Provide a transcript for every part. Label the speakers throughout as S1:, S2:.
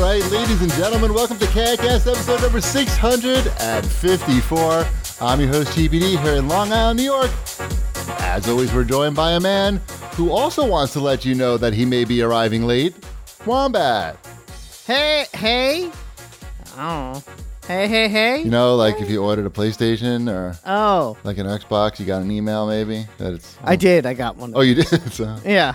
S1: right, ladies and gentlemen, welcome to KCast episode number 654. I'm your host, GBD, here in Long Island, New York. As always, we're joined by a man who also wants to let you know that he may be arriving late Wombat.
S2: Hey, hey. Oh. Hey, hey, hey.
S1: You know, like if you ordered a PlayStation or
S2: Oh,
S1: like an Xbox, you got an email maybe that it's.
S2: I did. I got one.
S1: Oh, you did? So
S2: Yeah.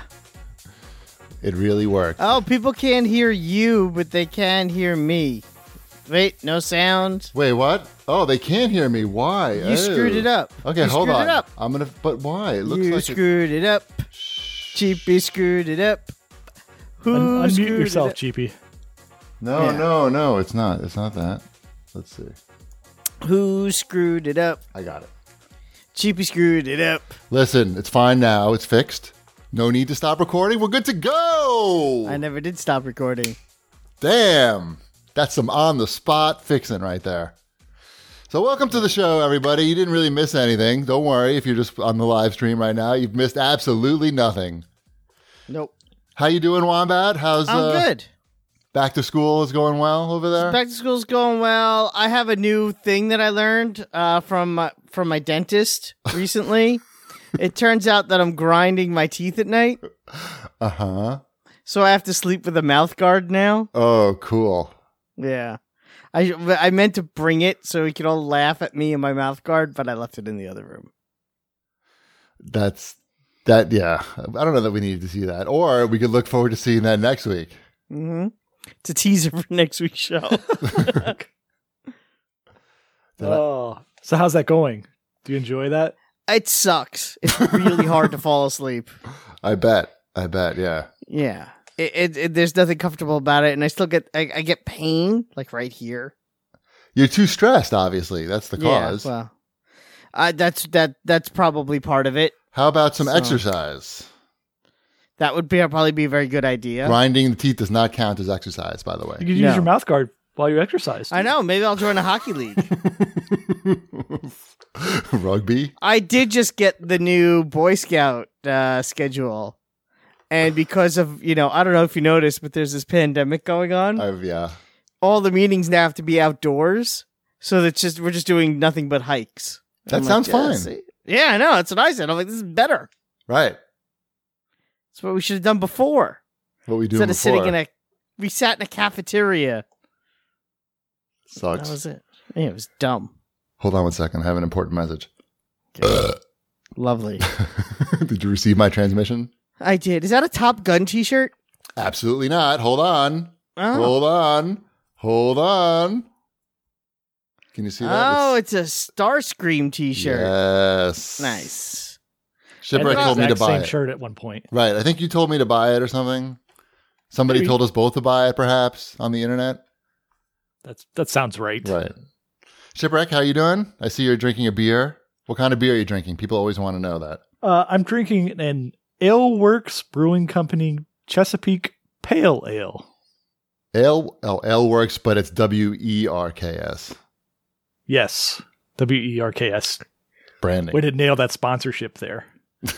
S1: it really worked.
S2: Oh, people can't hear you, but they can hear me. Wait, no sound.
S1: Wait, what? Oh, they can't hear me. Why?
S2: You screwed it up.
S1: Oh. Okay,
S2: You
S1: hold
S2: screwed
S1: on.
S2: it up.
S1: I'm gonna. But why? It looks
S2: you
S1: like it-
S2: screwed it, up. Cheapy screwed it up. Who
S3: Un-
S2: screwed
S3: unmute yourself,
S2: It
S3: GP.
S1: No,
S2: Yeah.
S1: no, no. It's not. It's not that. Let's see.
S2: up? Who screwed it up?
S1: I got it.
S2: Cheapy screwed it up.
S1: Listen, it's fine now. It's fixed. No need to stop recording. We're good to go.
S2: I never did stop recording.
S1: Damn. That's some on the spot fixing right there. So, welcome to the show, everybody. You didn't really miss anything. Don't worry if you're just on the live stream right now. You've missed absolutely nothing.
S2: Nope.
S1: How you doing, Wombat? How's
S2: I'm
S1: uh,
S2: good.
S1: back to school is going well over there?
S2: Back to school's going well. I have a new thing that I learned uh, from my, from my dentist recently. it turns out that I'm grinding my teeth at night,
S1: Uh huh.
S2: so I have to sleep with a mouth guard now.
S1: Oh, cool.
S2: Yeah, I but I meant to bring it so we could all laugh at me and my mouth guard, but I left it in the other room.
S1: That's that. Yeah, I don't know that we needed to see that, or we could look forward to seeing that next week.
S2: Mm-hmm. It's a teaser for next week's show.
S1: Did I-
S3: Oh. So how's that going? Do you enjoy that?
S2: it sucks. It's really hard to fall asleep.
S1: I bet. I bet. Yeah.
S2: Yeah. It, it, it, there's nothing comfortable about it, and I still get I, I get pain like right here.
S1: You're too stressed, obviously. That's the cause.
S2: Yeah, well, I, that's that that's probably part of it.
S1: How about some
S2: So-
S1: exercise?
S2: That would be probably be a very good idea.
S1: Grinding the teeth does not count as exercise, by the
S3: You
S1: way.
S3: could
S2: No.
S3: use your mouth guard while you exercise.
S2: I know. Maybe I'll join a hockey league.
S1: Rugby?
S2: I did just get the new Boy Scout uh, schedule, and because of you know, I don't know if you noticed, but there's this pandemic going on.
S1: I've, Oh, yeah.
S2: All the meetings now have to be outdoors, so that's just we're just doing nothing but hikes. And
S1: That
S2: I'm
S1: sounds
S2: yeah,
S1: fine.
S2: see? Yeah, I know. That's what I said. I'm like, this is better.
S1: Right.
S2: That's what we should have done before.
S1: What we do
S2: Instead
S1: before
S2: of sitting in a, we sat in a cafeteria.
S1: sucks.
S2: That was it. Yeah, it was dumb.
S1: Hold on one second. I have an important message.
S2: Lovely.
S1: Did you receive my transmission?
S2: I did. Is that a Top Gun T-shirt?
S1: Absolutely not. Hold on.
S2: Oh,
S1: Hold on. Hold on. Can you see that?
S2: oh it's a Starscream T-shirt.
S1: Yes.
S2: Nice.
S1: Shipwreck
S3: I had
S1: told
S3: the
S1: me to
S3: exact
S1: buy
S3: same
S1: it.
S3: shirt at one point.
S1: Right. I think you told me to buy it or something. Somebody
S3: Maybe.
S1: told us both to buy it, perhaps, on the internet.
S3: That's that sounds right.
S1: Right. Shipwreck, how you doing? I see you're drinking a beer. What kind of beer are you drinking? People always want to know that.
S3: Uh, I'm drinking an Ale Works Brewing Company Chesapeake Pale Ale.
S1: L oh, L works, but it's W E R K S
S3: Yes. W E R K S.
S1: branding.
S3: Way to nail that sponsorship there. So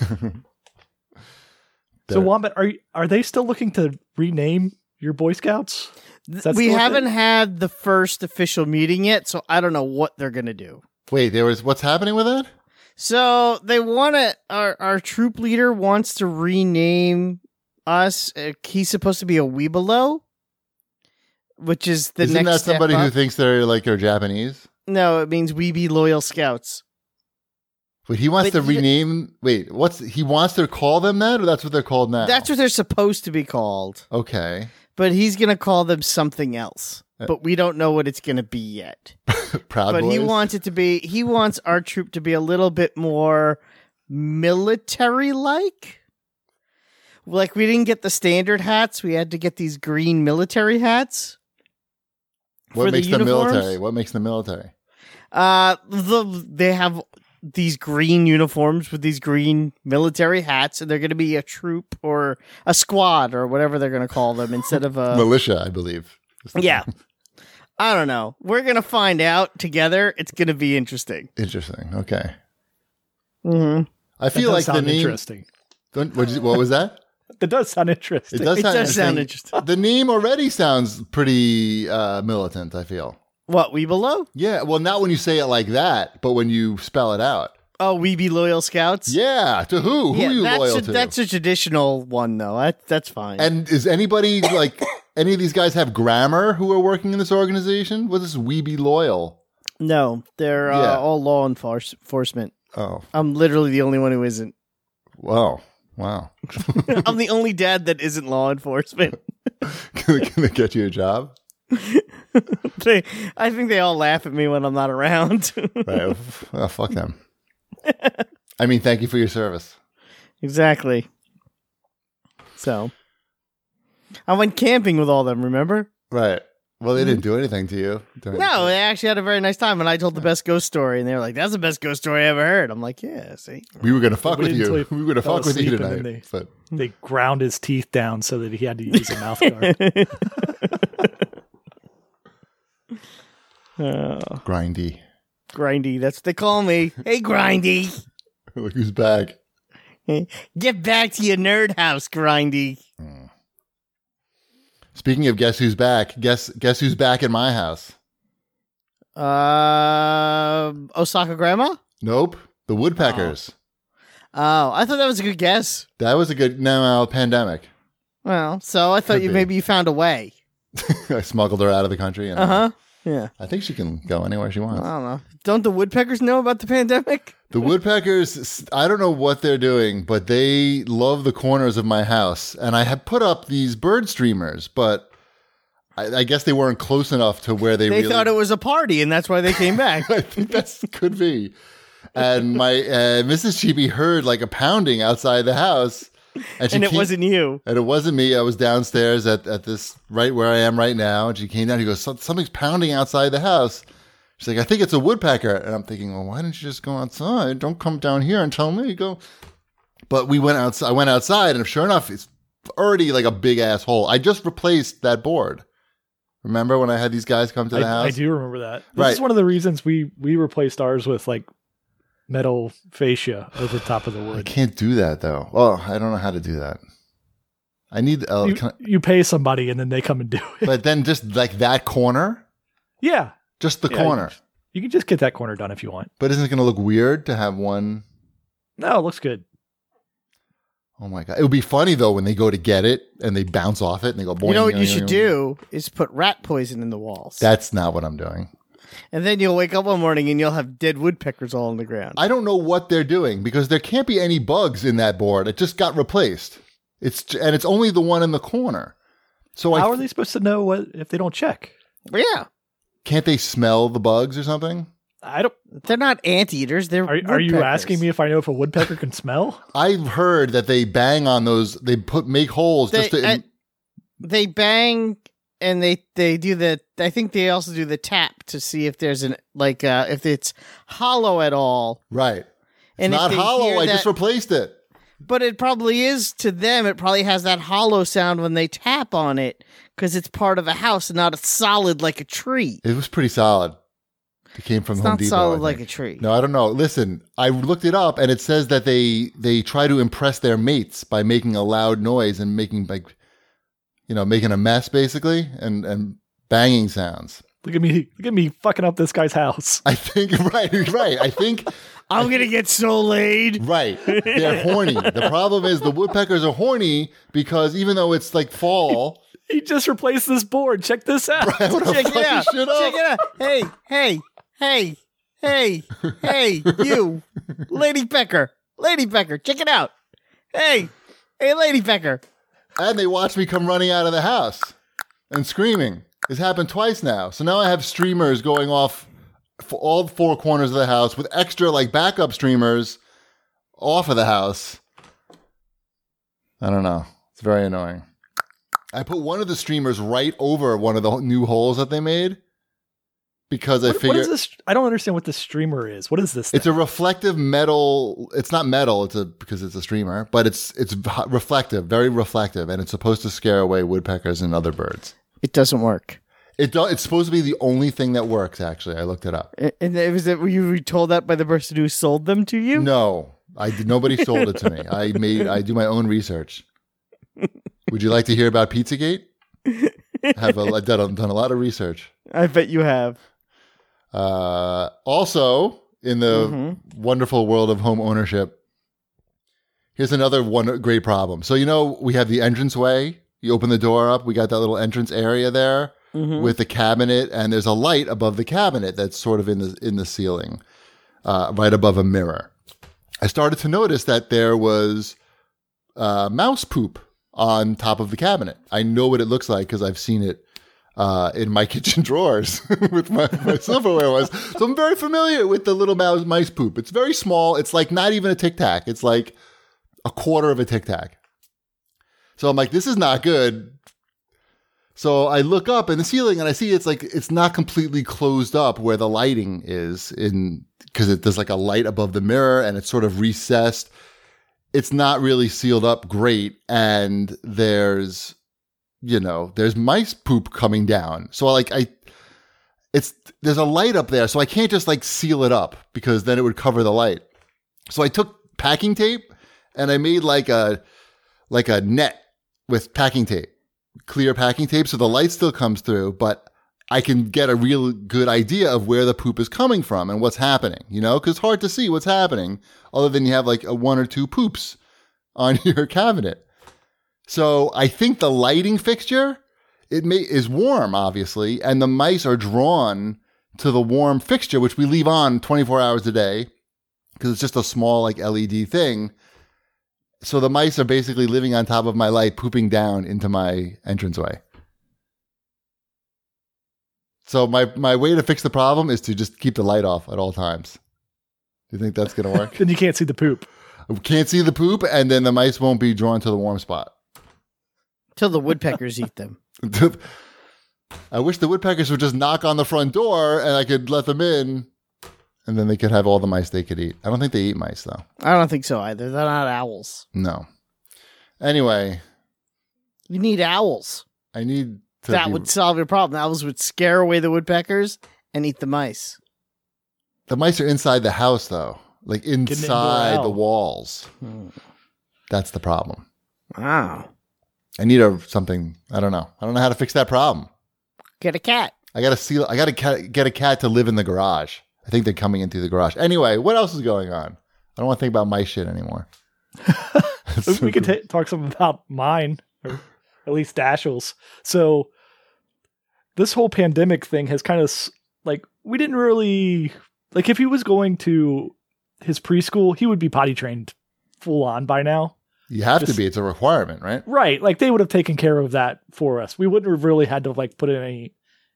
S1: There.
S3: Wombat, are you, are they still looking to rename your Boy Scouts? Is that
S2: we
S3: still a
S2: haven't
S3: thing?
S2: had the first official meeting yet, so I don't know what they're gonna do.
S1: Wait, there was what's happening with that?
S2: So they want to. Our our troop leader wants to rename us. Uh, he's supposed to be a Weebelo, which is the
S1: Isn't
S2: next.
S1: that
S2: step
S1: somebody who
S2: up.
S1: thinks they're like they're Japanese?
S2: no, it means we be loyal scouts.
S1: But he wants
S2: But
S1: to
S2: he-
S1: rename. Wait, what's he wants to call them that, or that's what they're called now?
S2: That's what they're supposed to be called.
S1: Okay.
S2: but he's gonna call them something else.
S1: Uh,
S2: But we don't know what it's gonna be yet.
S1: Proud
S2: but
S1: Boys.
S2: he wants it to be. He wants our troop to be a little bit more military-like. Like we didn't get the standard hats. We had to get these green military hats.
S1: what
S2: for the
S1: makes them
S2: uniforms?
S1: military? What makes them military?
S2: Uh, the, they have these green uniforms with these green military hats, and they're gonna be a troop or a squad or whatever they're gonna call them instead of a
S1: Militia, I believe.
S2: Yeah. I don't know. We're going to find out together. It's going to be interesting.
S1: Interesting. Okay.
S2: Mm-hmm.
S1: I
S3: That
S1: feel
S3: does
S1: like the
S3: sound
S1: name.
S3: interesting.
S1: Don't- What, did you- what was that?
S3: That does sound interesting.
S1: It does
S2: It
S1: sound
S2: does sound
S1: interesting. the name already sounds pretty uh, militant. I feel.
S2: What we below?
S1: Yeah, well, not when you say it like that, but when you spell it out.
S2: Oh, we be loyal scouts.
S1: Yeah, to who? Who
S2: Yeah,
S1: are you
S2: that's
S1: loyal
S2: a,
S1: to?
S2: That's a traditional one though. That, that's fine.
S1: and is anybody like any of these guys have grammar who are working in this organization? What is we be loyal?
S2: no, they're
S1: Yeah.
S2: uh, all law enforce- enforcement.
S1: Oh,
S2: I'm literally the only one who isn't.
S1: wow, wow!
S2: I'm the only dad that isn't law enforcement.
S1: can, can they get you a job?
S2: they, I think they all laugh at me when I'm not around.
S1: Right? oh, fuck them. I mean, thank you for your service.
S2: exactly. So, I went camping with all them. Remember?
S1: Right. Well, they didn't do anything to you. during-
S2: No, they actually had a very nice time, and I told the best ghost story, and they were like, "That's the best ghost story I ever heard." I'm like, "Yeah, see."
S1: we were gonna fuck
S3: We
S1: with
S3: didn't
S1: you.
S3: sleep.
S1: We were gonna
S3: Fell
S1: fuck with you
S3: asleep and then
S1: tonight. But
S3: They ground his teeth down so that he had to use a mouth guard.
S2: Oh,
S1: grindy.
S2: grindy, that's what they call me. Hey, Grindy,
S1: Look who's back.
S2: get back to your nerd house, Grindy.
S1: Speaking of guess who's back, guess guess who's back in my house?
S2: Uh, Osaka Grandma.
S1: Nope. The woodpeckers.
S2: Oh, I thought that was a good guess.
S1: That was a good no, no pandemic.
S2: Well, so I thought
S1: Could
S2: you
S1: be.
S2: maybe you found a way.
S1: I smuggled her out of the country and
S2: Uh huh. Yeah.
S1: I think she can go anywhere she
S2: I
S1: wants.
S2: don't know. Don't the woodpeckers know about the pandemic?
S1: The woodpeckers, I don't know what they're doing, but they love the corners of my house. And I had put up these bird streamers, but I, I guess they weren't close enough to where they,
S2: They
S1: really
S2: thought it was a party, and that's why they came back.
S1: I think that's could be. And my uh, Mrs. Chibi heard like a pounding outside the house, and she
S2: and it
S1: came-
S2: wasn't you.
S1: and it wasn't me. I was downstairs at, at this right where I am right now, and she came down. She goes, "Some- "Something's pounding outside the house." She's like, "I think it's a woodpecker," and I'm thinking, "Well, why didn't you just go outside? Don't come down here and tell me." Go, but we went outside. I went outside, and sure enough, it's already like a big asshole. I just replaced that board. Remember when I had these guys come to the
S3: I,
S1: house?
S3: I do remember that. This
S1: Right.
S3: is one of the reasons we we replaced ours with like metal fascia over top of the
S1: I
S3: wood.
S1: can't do that though. Oh, I don't know how to do that. I need, uh,
S3: You,
S1: can I-
S3: you pay somebody and then they come and do it.
S1: but then just like that corner,
S3: yeah,
S1: just the
S3: Yeah,
S1: corner.
S3: you can just get that corner done if you want.
S1: But isn't it going to look weird to have one
S3: No, it looks good.
S1: oh my god! It would be funny though when they go to get it and they bounce off it and they go. Boing,
S2: you know what you
S1: yoing,
S2: should
S1: yoing.
S2: do is put rat poison in the walls,
S1: That's not what I'm doing.
S2: and then you'll wake up one morning and you'll have dead woodpeckers all on the ground.
S1: I don't know what they're doing because there can't be any bugs in that board. It just got replaced. It's j- and it's only the one in the corner. So I
S3: How are
S1: th-
S3: they supposed to know what if they don't check?
S2: yeah,
S1: can't they smell the bugs or something?
S3: I don't.
S2: they're not anteaters. They're
S3: Are, are you
S2: woodpeckers.
S3: asking me if I know if a woodpecker can smell?
S1: I've heard that they bang on those. They put make holes
S2: They,
S1: just to.
S2: I- they bang and they they do the. I think they also do the tap to see if there's an like uh if it's hollow at all.
S1: Right.
S2: And
S1: it's
S2: if
S1: not
S2: they hear
S1: hollow. I just
S2: that-
S1: replaced it.
S2: But it probably is to them. It probably has that hollow sound when they tap on it because it's part of a house and not a solid like a tree.
S1: It was pretty solid. It came from
S2: It's
S1: Home
S2: not
S1: Depot.
S2: solid
S1: I
S2: like a
S1: think.
S2: tree.
S1: No, I don't know. Listen, I looked it up, and it says that they they try to impress their mates by making a loud noise and making like, you know, making a mess basically, and and banging sounds.
S3: Look at me! Look at me fucking up this guy's house.
S1: I think right, right. I think
S2: I'm gonna get so laid.
S1: right. They're horny. The problem is the woodpeckers are horny because even though it's like fall,
S3: He just replaced this board. Check this out.
S1: I want to
S2: Check
S1: fucking
S2: it out.
S1: shit up.
S2: Check it out. Hey, hey, hey, hey, hey, you, Lady Pecker, Lady Pecker, check it out. Hey, hey, Lady Pecker.
S1: and they watch me come running out of the house and screaming. It's happened twice now. So now I have streamers going off for all four corners of the house with extra like backup streamers off of the house. I don't know. It's very annoying. I put one of the streamers right over one of the new holes that they made because I
S3: What- what
S1: figured
S3: is this? I don't understand what this streamer is. What is this?
S1: it's
S3: thing?
S1: a reflective metal. It's not metal. It's a because it's a streamer, but it's it's v- reflective, very reflective, and it's supposed to scare away woodpeckers and other birds.
S2: It doesn't work.
S1: It do, it's supposed to be the only thing that works. Actually, I looked it up.
S2: And it was that were you told that by the person who sold them to you?
S1: No, I did, nobody sold it to me. I made I do my own research. Would you like to hear about Pizzagate? Have a, done, done a lot of research.
S2: I bet you have.
S1: Uh, also, in the
S2: Mhm.
S1: wonderful world of home ownership, here's another one great problem. So you know we have the entranceway. You open the door up. We got that little entrance area there
S2: Mhm.
S1: with the cabinet, and there's a light above the cabinet that's sort of in the in the ceiling, uh, right above a mirror. I started to notice that there was uh, mouse poop on top of the cabinet. I know what it looks like because I've seen it uh, in my kitchen drawers with my, my silverware was. So I'm very familiar with the little mouse mice poop. It's very small. It's like not even a tic tac. It's like a quarter of a tic tac. So I'm like, this is not good. So I look up in the ceiling and I see it's like it's not completely closed up where the lighting is in because it there's like a light above the mirror and it's sort of recessed. It's not really sealed up great, and there's you know there's mice poop coming down. So like I, it's there's a light up there, so I can't just like seal it up because then it would cover the light. So I took packing tape and I made like a like a net with packing tape clear packing tape so the light still comes through, but I can get a real good idea of where the poop is coming from and what's happening, you know, because it's hard to see what's happening other than you have like a one or two poops on your cabinet. So I think the lighting fixture it may is warm, obviously, and the mice are drawn to the warm fixture, which we leave on 24 hours a day because it's just a small like LED thing so the mice are basically living on top of my light, pooping down into my entranceway. So my my way to fix the problem is to just keep the light off at all times. Do you think that's gonna work?
S3: Then you can't see the poop.
S1: I can't see the poop, and then the mice won't be drawn to the warm spot.
S2: Till the woodpeckers eat them.
S1: I wish the woodpeckers would just knock on the front door, and I could let them in, and then they could have all the mice they could eat. I don't think they eat mice though.
S2: I don't think so either. They're not owls.
S1: No. Anyway,
S2: You need owls.
S1: I need to
S2: that
S1: be-
S2: would solve your problem. Owls would scare away the woodpeckers and eat the mice.
S1: The mice are inside the house, though, like
S3: an indoor
S1: inside the
S3: owl.
S1: walls.
S2: Hmm.
S1: That's the problem.
S2: Wow.
S1: I need a something. I don't know. I don't know how to fix that problem.
S2: Get a cat.
S1: I gotta seal. I gotta ca- get a cat to live in the garage. I think they're coming in through the garage. Anyway, what else is going on? I don't want to think about my shit anymore.
S3: we could ta talk something about mine, or at least Dashiell's. So this whole pandemic thing has kind of like we didn't really like if he was going to his preschool, he would be potty trained full on by now.
S1: you have to
S3: just-
S1: be. It's a requirement, right?
S3: Right. Like they would have taken care of that for us. We wouldn't have really had to like put in any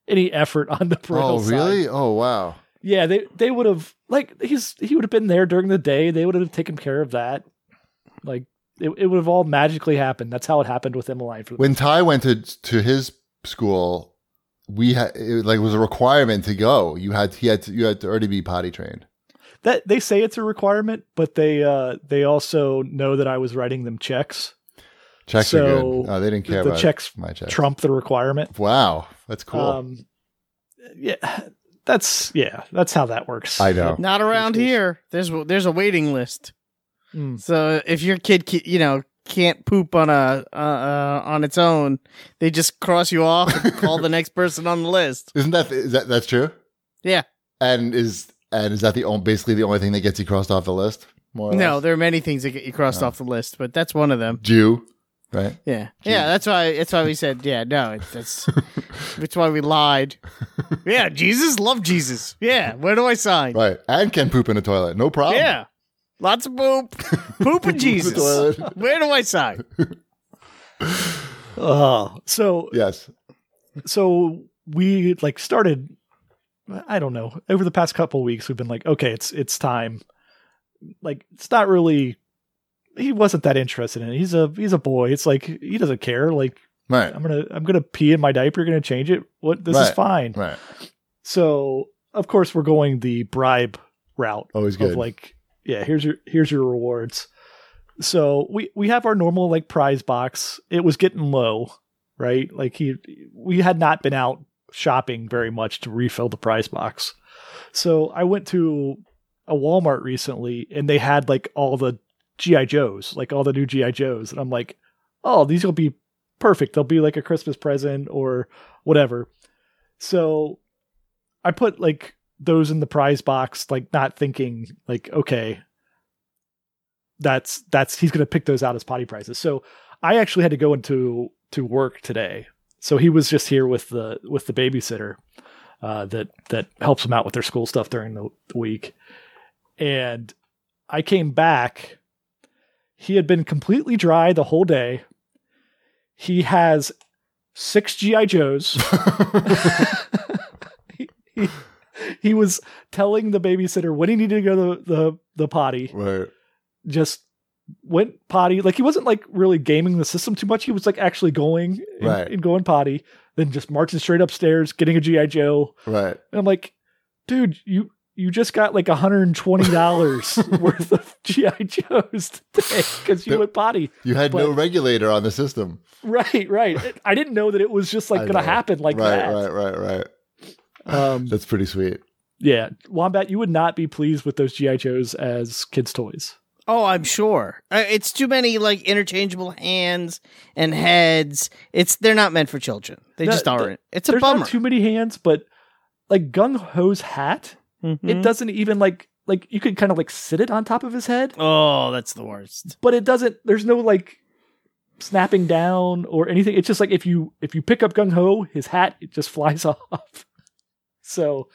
S3: any effort on the parental
S1: Oh,
S3: side.
S1: really? Oh, wow.
S3: Yeah, they they would have like he's he would have been there during the day. They would have taken care of that. Like it, it would have all magically happened. That's how it happened with Emmeline. For
S1: When Ty went to to his school, we had it, like it was a requirement to go. You had he had to, you had to already be potty trained.
S3: that they say it's a requirement, but they uh they also know that I was writing them checks.
S1: Checks are
S3: So,
S1: good. Oh, they didn't care
S3: the
S1: about
S3: checks
S1: my checks.
S3: Trump the requirement.
S1: Wow, that's cool.
S3: Um, yeah, that's yeah, that's how that works.
S1: I know.
S2: Not around
S3: Preschools.
S2: here. There's there's a waiting list.
S3: Mm.
S2: So if your kid, ca- you know, can't poop on a uh, uh, on its own, they just cross you off and call the next person on the list.
S1: Isn't that is that that's true?
S2: Yeah.
S1: And is and is that the only basically the only thing that gets you crossed off the list? More or
S2: No,
S1: less?
S2: there are many things that get you crossed
S1: No.
S2: off the list, but that's one of them.
S1: Jew, right?
S2: Yeah,
S1: Jeez.
S2: yeah. That's why. That's why we said, yeah, no. It's, that's that's why we lied. Yeah, Jesus, love Jesus. Yeah, where do I sign?
S1: Right. And can poop in a toilet, no problem.
S2: Yeah, lots of poop, poop and
S1: um, The
S2: Jesus.
S1: toilet.
S2: Where do I sign?
S3: Oh, so
S1: Yes.
S3: so we like started i don't know over the past couple weeks we've been like okay it's it's time like it's not really he wasn't that interested in it he's a he's a boy it's like he doesn't care like
S1: Right.
S3: i'm gonna i'm gonna pee in my diaper gonna change it what this
S1: Right.
S3: is fine
S1: Right.
S3: so of course we're going the bribe route
S1: Always
S3: of
S1: good.
S3: like yeah here's your here's your rewards so we we have our normal like prize box it was getting low right like he we had not been out shopping very much to refill the prize box so i went to a walmart recently and they had like all the gi joes like all the new gi joes and i'm like oh, these will be perfect. They'll be like a Christmas present or whatever. So I put like those in the prize box, like not thinking like, okay, that's that's he's gonna pick those out as potty prizes. So I actually had to go into to work today. So he was just here with the with the babysitter uh, that that helps them out with their school stuff during the week. And I came back. He had been completely dry the whole day. He has six GI Joes. he, he, he was telling the babysitter when he needed to go to the, the, the potty.
S1: Right.
S3: Just went potty. Like he wasn't like really gaming the system too much. He was like actually going and,
S1: Right.
S3: and going potty, then just marching straight upstairs, getting a GI Joe.
S1: Right.
S3: And I'm like, dude, you you just got like 120 dollars worth of GI Joes today because you
S1: That-
S3: went potty.
S1: You had no
S3: But-
S1: regulator on the system.
S3: Right, right. I didn't know that it was just like
S1: I
S3: going to
S1: know.
S3: happen like
S1: right,
S3: that.
S1: right, right, right.
S3: Um,
S1: That's pretty sweet.
S3: yeah, Wombat, you would not be pleased with those GI Joes as kids' toys.
S2: Oh, I'm sure. Uh, It's too many like interchangeable hands and heads. It's they're not meant for children. They
S3: No,
S2: just
S3: th-
S2: aren't. it's a
S3: There's
S2: bummer.
S3: not too many hands, but like Gung Ho's hat, it
S2: Mhm.
S3: doesn't even like like you could kind of like sit it on top of his head,
S2: oh, that's the worst.
S3: but it doesn't. There's no like snapping down or anything. It's just like if you if you pick up Gung Ho, his hat it just flies off. So,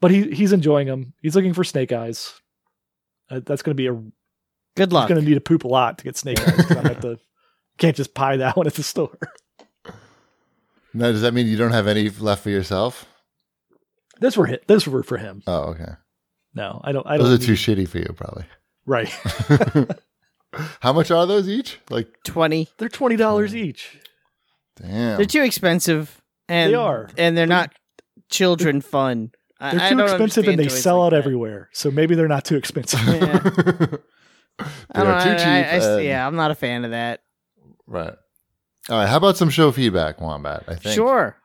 S3: but he he's enjoying them. He's looking for Snake Eyes. Uh, that's going to be a
S2: Good
S3: He's
S2: luck.
S3: gonna need to poop a lot to get snake eyes. 'cause I'm at the can't just buy that one at the store.
S1: Now, does that mean you don't have any left for yourself?
S3: Those were hit. Those were for him.
S1: Oh, okay.
S3: No, I don't. I don't.
S1: Those are
S3: need-
S1: too shitty for you, probably.
S3: right.
S1: How much are those each? Like,
S2: Twenty.
S3: They're twenty dollars each.
S1: damn.
S2: They're too expensive. And
S3: They are.
S2: and they're not children fun. I-
S3: They're
S2: I
S3: too
S2: don't
S3: expensive and
S2: understand
S3: they
S2: toys
S3: sell
S2: like
S3: out
S2: that.
S3: everywhere. So maybe they're not too expensive.
S2: Yeah. I
S1: They
S2: don't,
S1: are too
S2: I- I- I s-
S1: cheap and-
S2: yeah, I'm not a fan of that.
S1: Right. All right. How about some show feedback, Wombat? I think.
S2: Sure.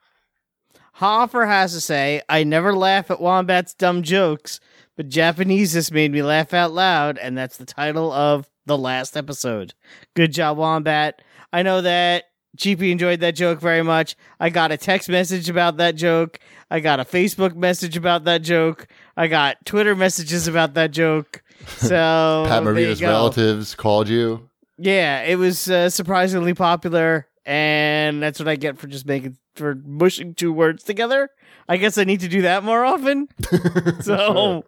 S2: Hoffer has to say, I never laugh at Wombat's dumb jokes, but Japanese just made me laugh out loud, and that's the title of the last episode. Good job, Wombat. I know that GP enjoyed that joke very much. I got a text message about that joke. I got a Facebook message about that joke. I got Twitter messages about that joke. So
S1: Pat
S2: there you
S1: Morita's
S2: go.
S1: relatives called you.
S2: Yeah, it was uh, surprisingly popular, and that's what I get for just making for mushing two words together. I guess I need to do that more often. So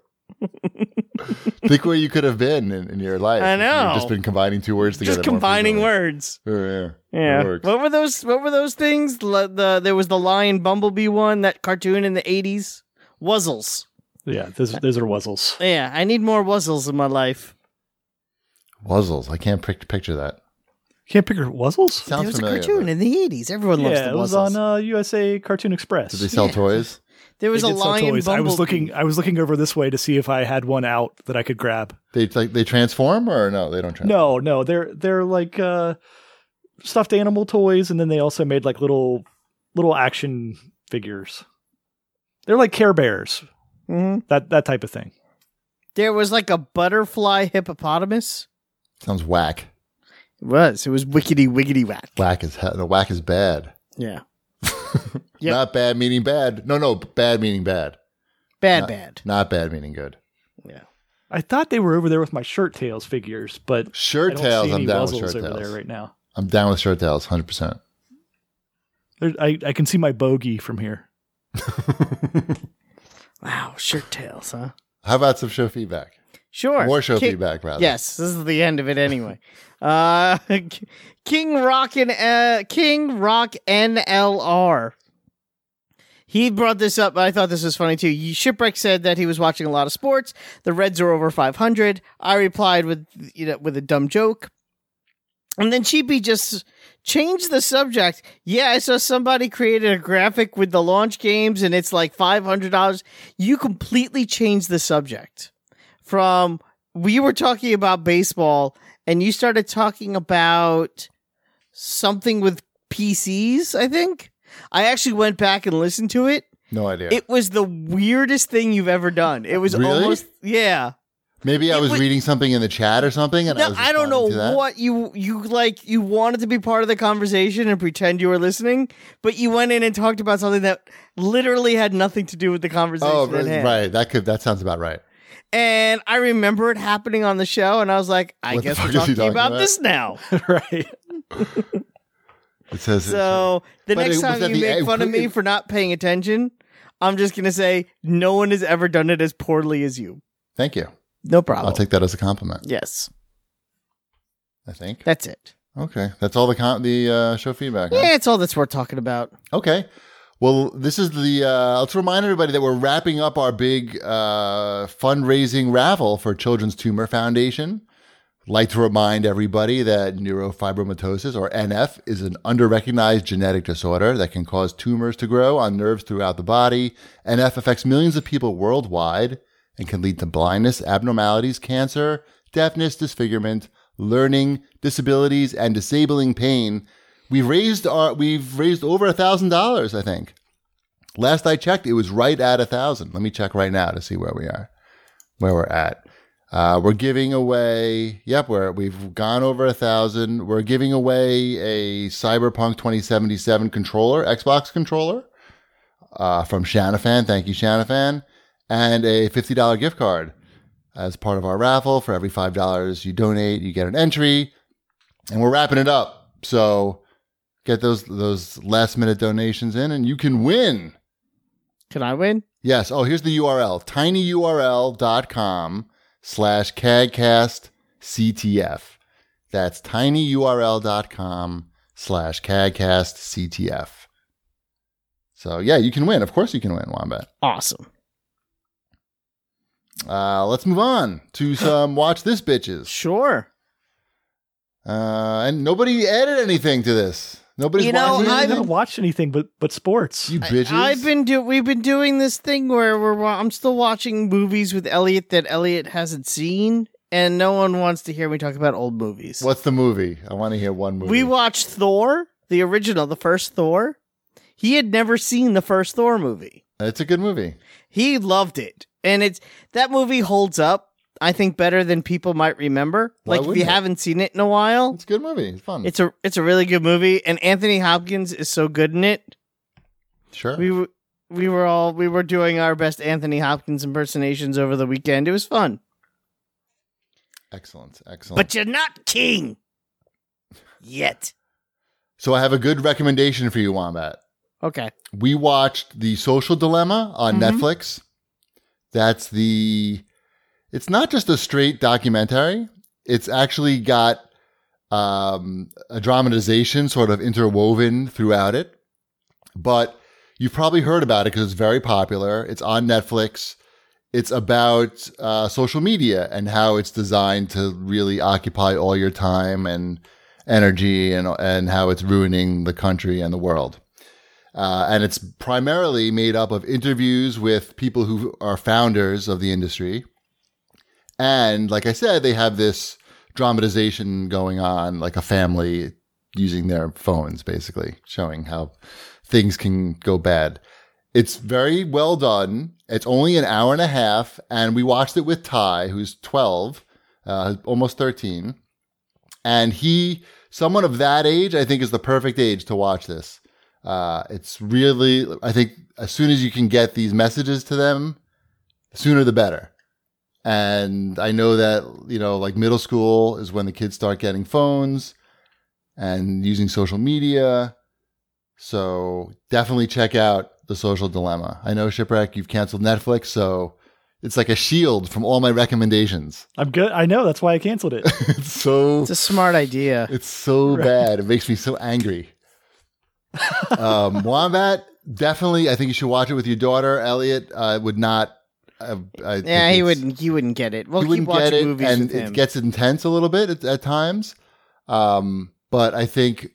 S1: Think where you could have been in, in your life.
S2: I
S1: if you'd
S2: know.
S1: Just been combining two words together.
S2: just
S1: more
S2: combining
S1: frequently.
S2: words.
S1: Yeah. yeah.
S2: Yeah.
S1: It works.
S2: What were those? What were those things? Le- the there was the lion bumblebee one, that cartoon in the eighties. Wuzzles.
S3: yeah, those those are wuzzles.
S2: Yeah, I need more wuzzles in my life.
S1: Wuzzles. I can't pic- picture that.
S3: Can't pick your wuzzles.
S1: Sounds
S2: there was
S1: familiar.
S2: a cartoon
S1: but-
S2: in the eighties. Everyone loves
S3: Yeah,
S2: the
S3: it was
S2: wuzzles.
S3: on uh, USA Cartoon Express.
S1: Did they sell
S2: Yeah.
S1: toys?
S2: there was
S3: They
S2: a
S3: did sell
S2: lion
S3: toys.
S2: bumblebee.
S3: I was looking. I was looking over this way to see if I had one out that I could grab.
S1: They like they transform or no? They don't transform.
S3: No, no, they're they're like uh, stuffed animal toys, and then they also made like little little action figures. They're like Care Bears,
S2: Mhm.
S3: that that type of thing.
S2: There was like a butterfly hippopotamus.
S1: Sounds whack.
S2: It was. It was wickety wiggity whack.
S1: Whack is he- no, whack is bad.
S2: Yeah. Yep.
S1: Not bad meaning bad. No, no, bad meaning bad.
S2: Bad,
S1: Uh,
S2: bad.
S1: Not bad meaning good.
S3: I thought they were over there with my Shirt Tails figures, but I
S1: Shirt
S3: don't
S1: tails.
S3: see
S1: I'm
S3: any
S1: down with
S3: Wuzzles
S1: shirt
S3: over
S1: tails.
S3: there right now.
S1: I'm down with shirt tails. Hundred percent.
S3: There, I I can see my bogey from here.
S2: Wow. Shirt tails, huh?
S1: How about some show feedback?
S2: Sure.
S1: More show
S2: Ki-
S1: feedback, rather.
S2: Yes, this is the end of it anyway. uh, King Rockin' uh, King Rock NLR. He brought this up, but I thought this was funny too. You- Shipwreck said that he was watching a lot of sports. The Reds are over 500. I replied with you know with a dumb joke, and then Cheapy just changed the subject. Yeah, I saw somebody created a graphic with the launch games, and it's like five hundred dollars. You completely changed the subject from we were talking about baseball and you started talking about something with PCs, I think. I actually went back and listened to it.
S1: No idea.
S2: It was the weirdest thing you've ever done. It was
S1: Really?
S2: almost yeah.
S1: Maybe I
S2: It
S1: was
S2: was-
S1: reading something in the chat or something, and I
S2: No,
S1: was
S2: I don't know
S1: responding to that.
S2: what you you like. You wanted to be part of the conversation and pretend you were listening, but you went in and talked about something that literally had nothing to do with the conversation.
S1: Oh,
S2: at hand.
S1: right. That could. That sounds about right.
S2: And I remember it happening on the show, and I was like, I
S1: What the
S2: guess
S1: fuck
S2: we're
S1: is he
S2: talking,
S1: talking
S2: about,
S1: about?
S2: this now.
S3: right?
S1: It says
S2: So the
S1: But
S2: next
S1: it- was
S2: time
S1: that
S2: you
S1: the
S2: make
S1: egg-
S2: fun of me for not paying attention, I'm just gonna say no one has ever done it as poorly as you.
S1: Thank you.
S2: No
S1: I'll
S2: problem.
S1: take that as a compliment.
S2: yes,
S1: I think.
S2: that's it.
S1: Okay, that's all the com- the uh, show feedback. huh?
S2: Yeah, it's all that's worth talking about.
S1: Okay. Well, this is the. Uh, let's remind everybody that we're wrapping up our big uh, fundraising raffle for Children's Tumor Foundation. Like to remind everybody that neurofibromatosis, or NF, is an underrecognized genetic disorder that can cause tumors to grow on nerves throughout the body. NF affects millions of people worldwide and can lead to blindness, abnormalities, cancer, deafness, disfigurement, learning disabilities, and disabling pain. We've raised our we've raised over a thousand dollars, I think. Last I checked, it was right at a thousand. Let me check right now to see where we are, where we're at. Uh, we're giving away. Yep, we're we've gone over a thousand. We're giving away a Cyberpunk 2077 controller, Xbox controller, uh, from Shanafan. Thank you, Shanafan, and a fifty dollar gift card as part of our raffle. For every five dollars you donate, you get an entry, and we're wrapping it up. So get those those last minute donations in, and you can win.
S2: Can I win?
S1: Yes. Oh, here's the URL tinyurl.com slash CAGcast CTF. That's tinyurl.com slash CAGcast CTF. So, yeah, you can win. Of course, you can win, Wombat.
S2: Awesome.
S1: Uh, let's move on to some Watch This Bitches.
S2: Sure.
S1: Uh, and nobody added anything to this. Nobody's
S2: You know,
S1: watching anything?
S2: I
S3: I
S2: haven't-
S3: haven't watched anything but but sports.
S1: You bitches.
S2: I, have been do we've been doing this thing where we're wa- I'm still watching movies with Elliot that Elliot hasn't seen, and no one wants to hear me talk about old movies.
S1: What's the movie? I want to hear one movie.
S2: We watched Thor, the original, the first Thor. He had never seen the first Thor movie.
S1: It's a good movie.
S2: He loved it, and it's that movie holds up. I think better than people might remember.
S1: Why
S2: like if you
S1: wouldn't it? Hmm.
S2: haven't seen it in a while,
S1: It's a good movie. It's fun.
S2: it's a it's a really good movie, and Anthony Hopkins is so good in it.
S1: sure.
S2: we were we were all we were doing our best Anthony Hopkins impersonations over the weekend. It was fun.
S1: excellent. Excellent.
S2: But you're not king yet.
S1: So I have a good recommendation for you, Wombat.
S2: Okay.
S1: We watched The Social Dilemma on
S2: Mhm.
S1: Netflix. That's the it's not just a straight documentary. It's actually got um, a dramatization sort of interwoven throughout it. But you've probably heard about it because it's very popular. It's on Netflix. It's about uh, social media and how it's designed to really occupy all your time and energy and, and how it's ruining the country and the world. Uh, and it's primarily made up of interviews with people who are founders of the industry. And like I said, they have this dramatization going on, like a family using their phones, basically showing how things can go bad. It's very well done. It's only an hour and a half, and we watched it with Ty, who's 12, uh, almost 13. And he, someone of that age, I think is the perfect age to watch this. Uh, it's really, I think, as soon as you can get these messages to them, sooner the better. And I know that, you know, like middle school is when the kids start getting phones and using social media. So definitely check out The Social Dilemma. I know, Shipwreck, you've canceled Netflix, so it's like a shield from all my recommendations.
S3: I'm good. I know that's why I canceled it.
S1: it's so
S2: It's a smart idea.
S1: it's so
S3: Right.
S1: bad. It makes me so angry. um, Wombat, definitely. I think you should watch it with your daughter. Elliot uh, would not. Uh, I think
S2: Yeah, he
S1: it's-
S2: wouldn't he wouldn't get it. We'll
S1: he wouldn't
S2: keep watching
S1: get it,
S2: movies
S1: and
S2: with him.
S1: it gets intense a little bit at, at times. Um, but I think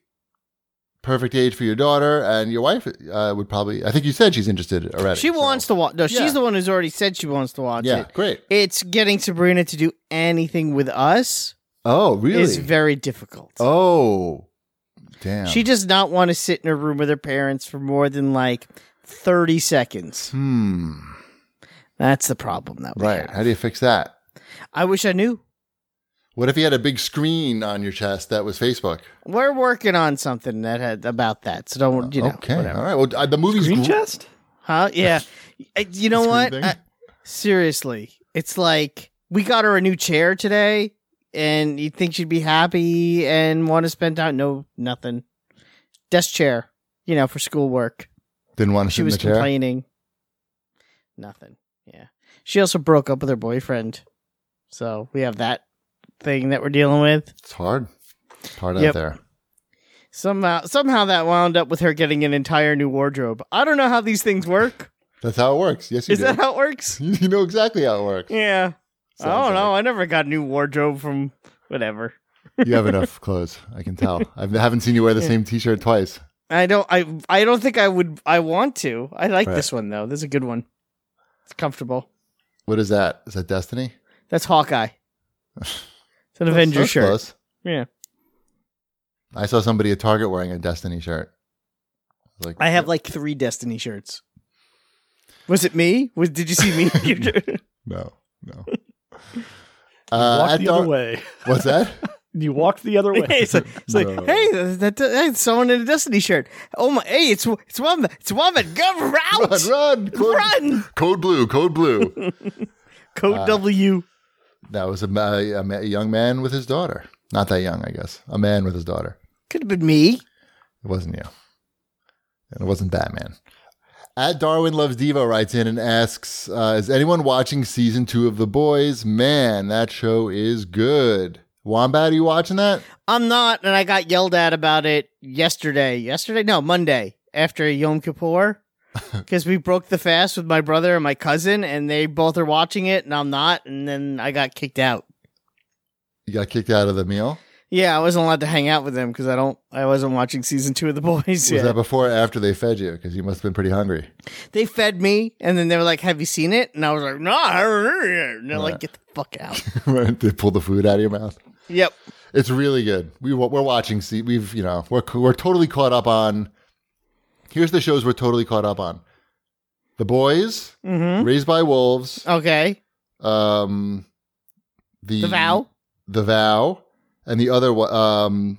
S1: perfect age for your daughter and your wife uh, would probably. I think you said she's interested already.
S2: she wants to watch. No,
S1: Yeah.
S2: she's the one who's already said she wants to watch
S1: Yeah,
S2: it.
S1: great.
S2: It's getting Sabrina to do anything with us
S1: Oh, really?
S2: is very difficult.
S1: oh, damn.
S2: She does not want to sit in her room with her parents for more than like 30 seconds.
S1: Hmm.
S2: That's the problem that we
S1: Right.
S2: have.
S1: How do you fix that?
S2: I wish I knew.
S1: What if you had a big screen on your chest that was Facebook?
S2: We're working on something that had about that, so don't you know?
S1: okay,
S2: whatever.
S1: all right. Well, uh, the movie's
S3: Green
S1: gr-
S3: chest?
S2: Huh? Yeah. Uh, you know
S1: Screen
S2: what?
S1: thing?
S2: Uh, seriously, it's like we got her a new chair today, and you'd think she'd be happy and want to spend time. No, nothing. Desk chair, you know, for schoolwork.
S1: Didn't want to
S2: She
S1: sit in
S2: was
S1: the chair.
S2: complaining. Nothing. Yeah. She also broke up with her boyfriend, so we have that thing that we're dealing with.
S1: It's hard. It's hard out
S2: Yep.
S1: there.
S2: Somehow, somehow that wound up with her getting an entire new wardrobe. I don't know how these things work.
S1: That's how it works. Yes, you
S2: Is
S1: do.
S2: that how it works?
S1: you know exactly how it works.
S2: Yeah. I
S1: Sounds
S2: don't know.
S1: like.
S2: I never got a new wardrobe from whatever.
S1: you have enough clothes. I can tell. I haven't seen you wear the same T-shirt twice.
S2: I don't. I I don't think I would. I want to. I like
S1: Right.
S2: this one though. This is a good one. It's comfortable.
S1: What is that? Is that Destiny?
S2: That's Hawkeye. It's an
S1: That's-
S2: Avenger
S1: that's
S2: shirt.
S1: close.
S2: Yeah.
S1: I saw somebody at Target wearing a Destiny shirt. was like,
S2: I have like three Destiny shirts. Was it me? Was did you see me?
S1: no, no.
S3: walk
S1: Uh,
S3: the
S1: at Tar-
S3: other way.
S1: What's that?
S3: You walked the other way.
S2: it's like, it's like,
S1: No.
S2: hey, that, that, that's someone in a Destiny shirt. Oh my! Hey, it's it's woman. It's woman. Go route.
S1: Run, run, code,
S2: Run! Uh,
S1: code blue, code blue.
S2: Code W.
S1: that was a, ma- a, ma- a young man with his daughter. Not that young, I guess. A man with his daughter.
S2: Could have been me.
S1: It wasn't you. And it wasn't Batman. At Darwin Loves Devo writes in and asks uh, Is anyone watching season two of The Boys? Man, that show is good. Wombat, are you watching that?
S2: I'm not, and I got yelled at about it yesterday. Yesterday? No, Monday after Yom Kippur, because we broke the fast with my brother and my cousin, and they both are watching it, and I'm not, and then I got kicked out.
S1: You got kicked out of the meal?
S2: Yeah, I wasn't allowed to hang out with them because I don't. I wasn't watching season two of The Boys
S1: Was that
S2: yet.
S1: before or after they fed you? Because you must have been pretty hungry.
S2: They fed me, and then they were like, "Have you seen it?" And I was like, "No." I haven't seen it." And they're
S1: Right.
S2: like, "Get the fuck out."
S1: Right? they pulled the food out of your mouth.
S2: yep.
S1: It's really good. We wa- we're watching. See, we've you know we're we're totally caught up on. Here's the shows we're totally caught up on: The Boys,
S2: Mm-hmm.
S1: Raised by Wolves,
S2: Okay.
S1: um, the
S2: The vow.
S1: The Vow, and the other one, um,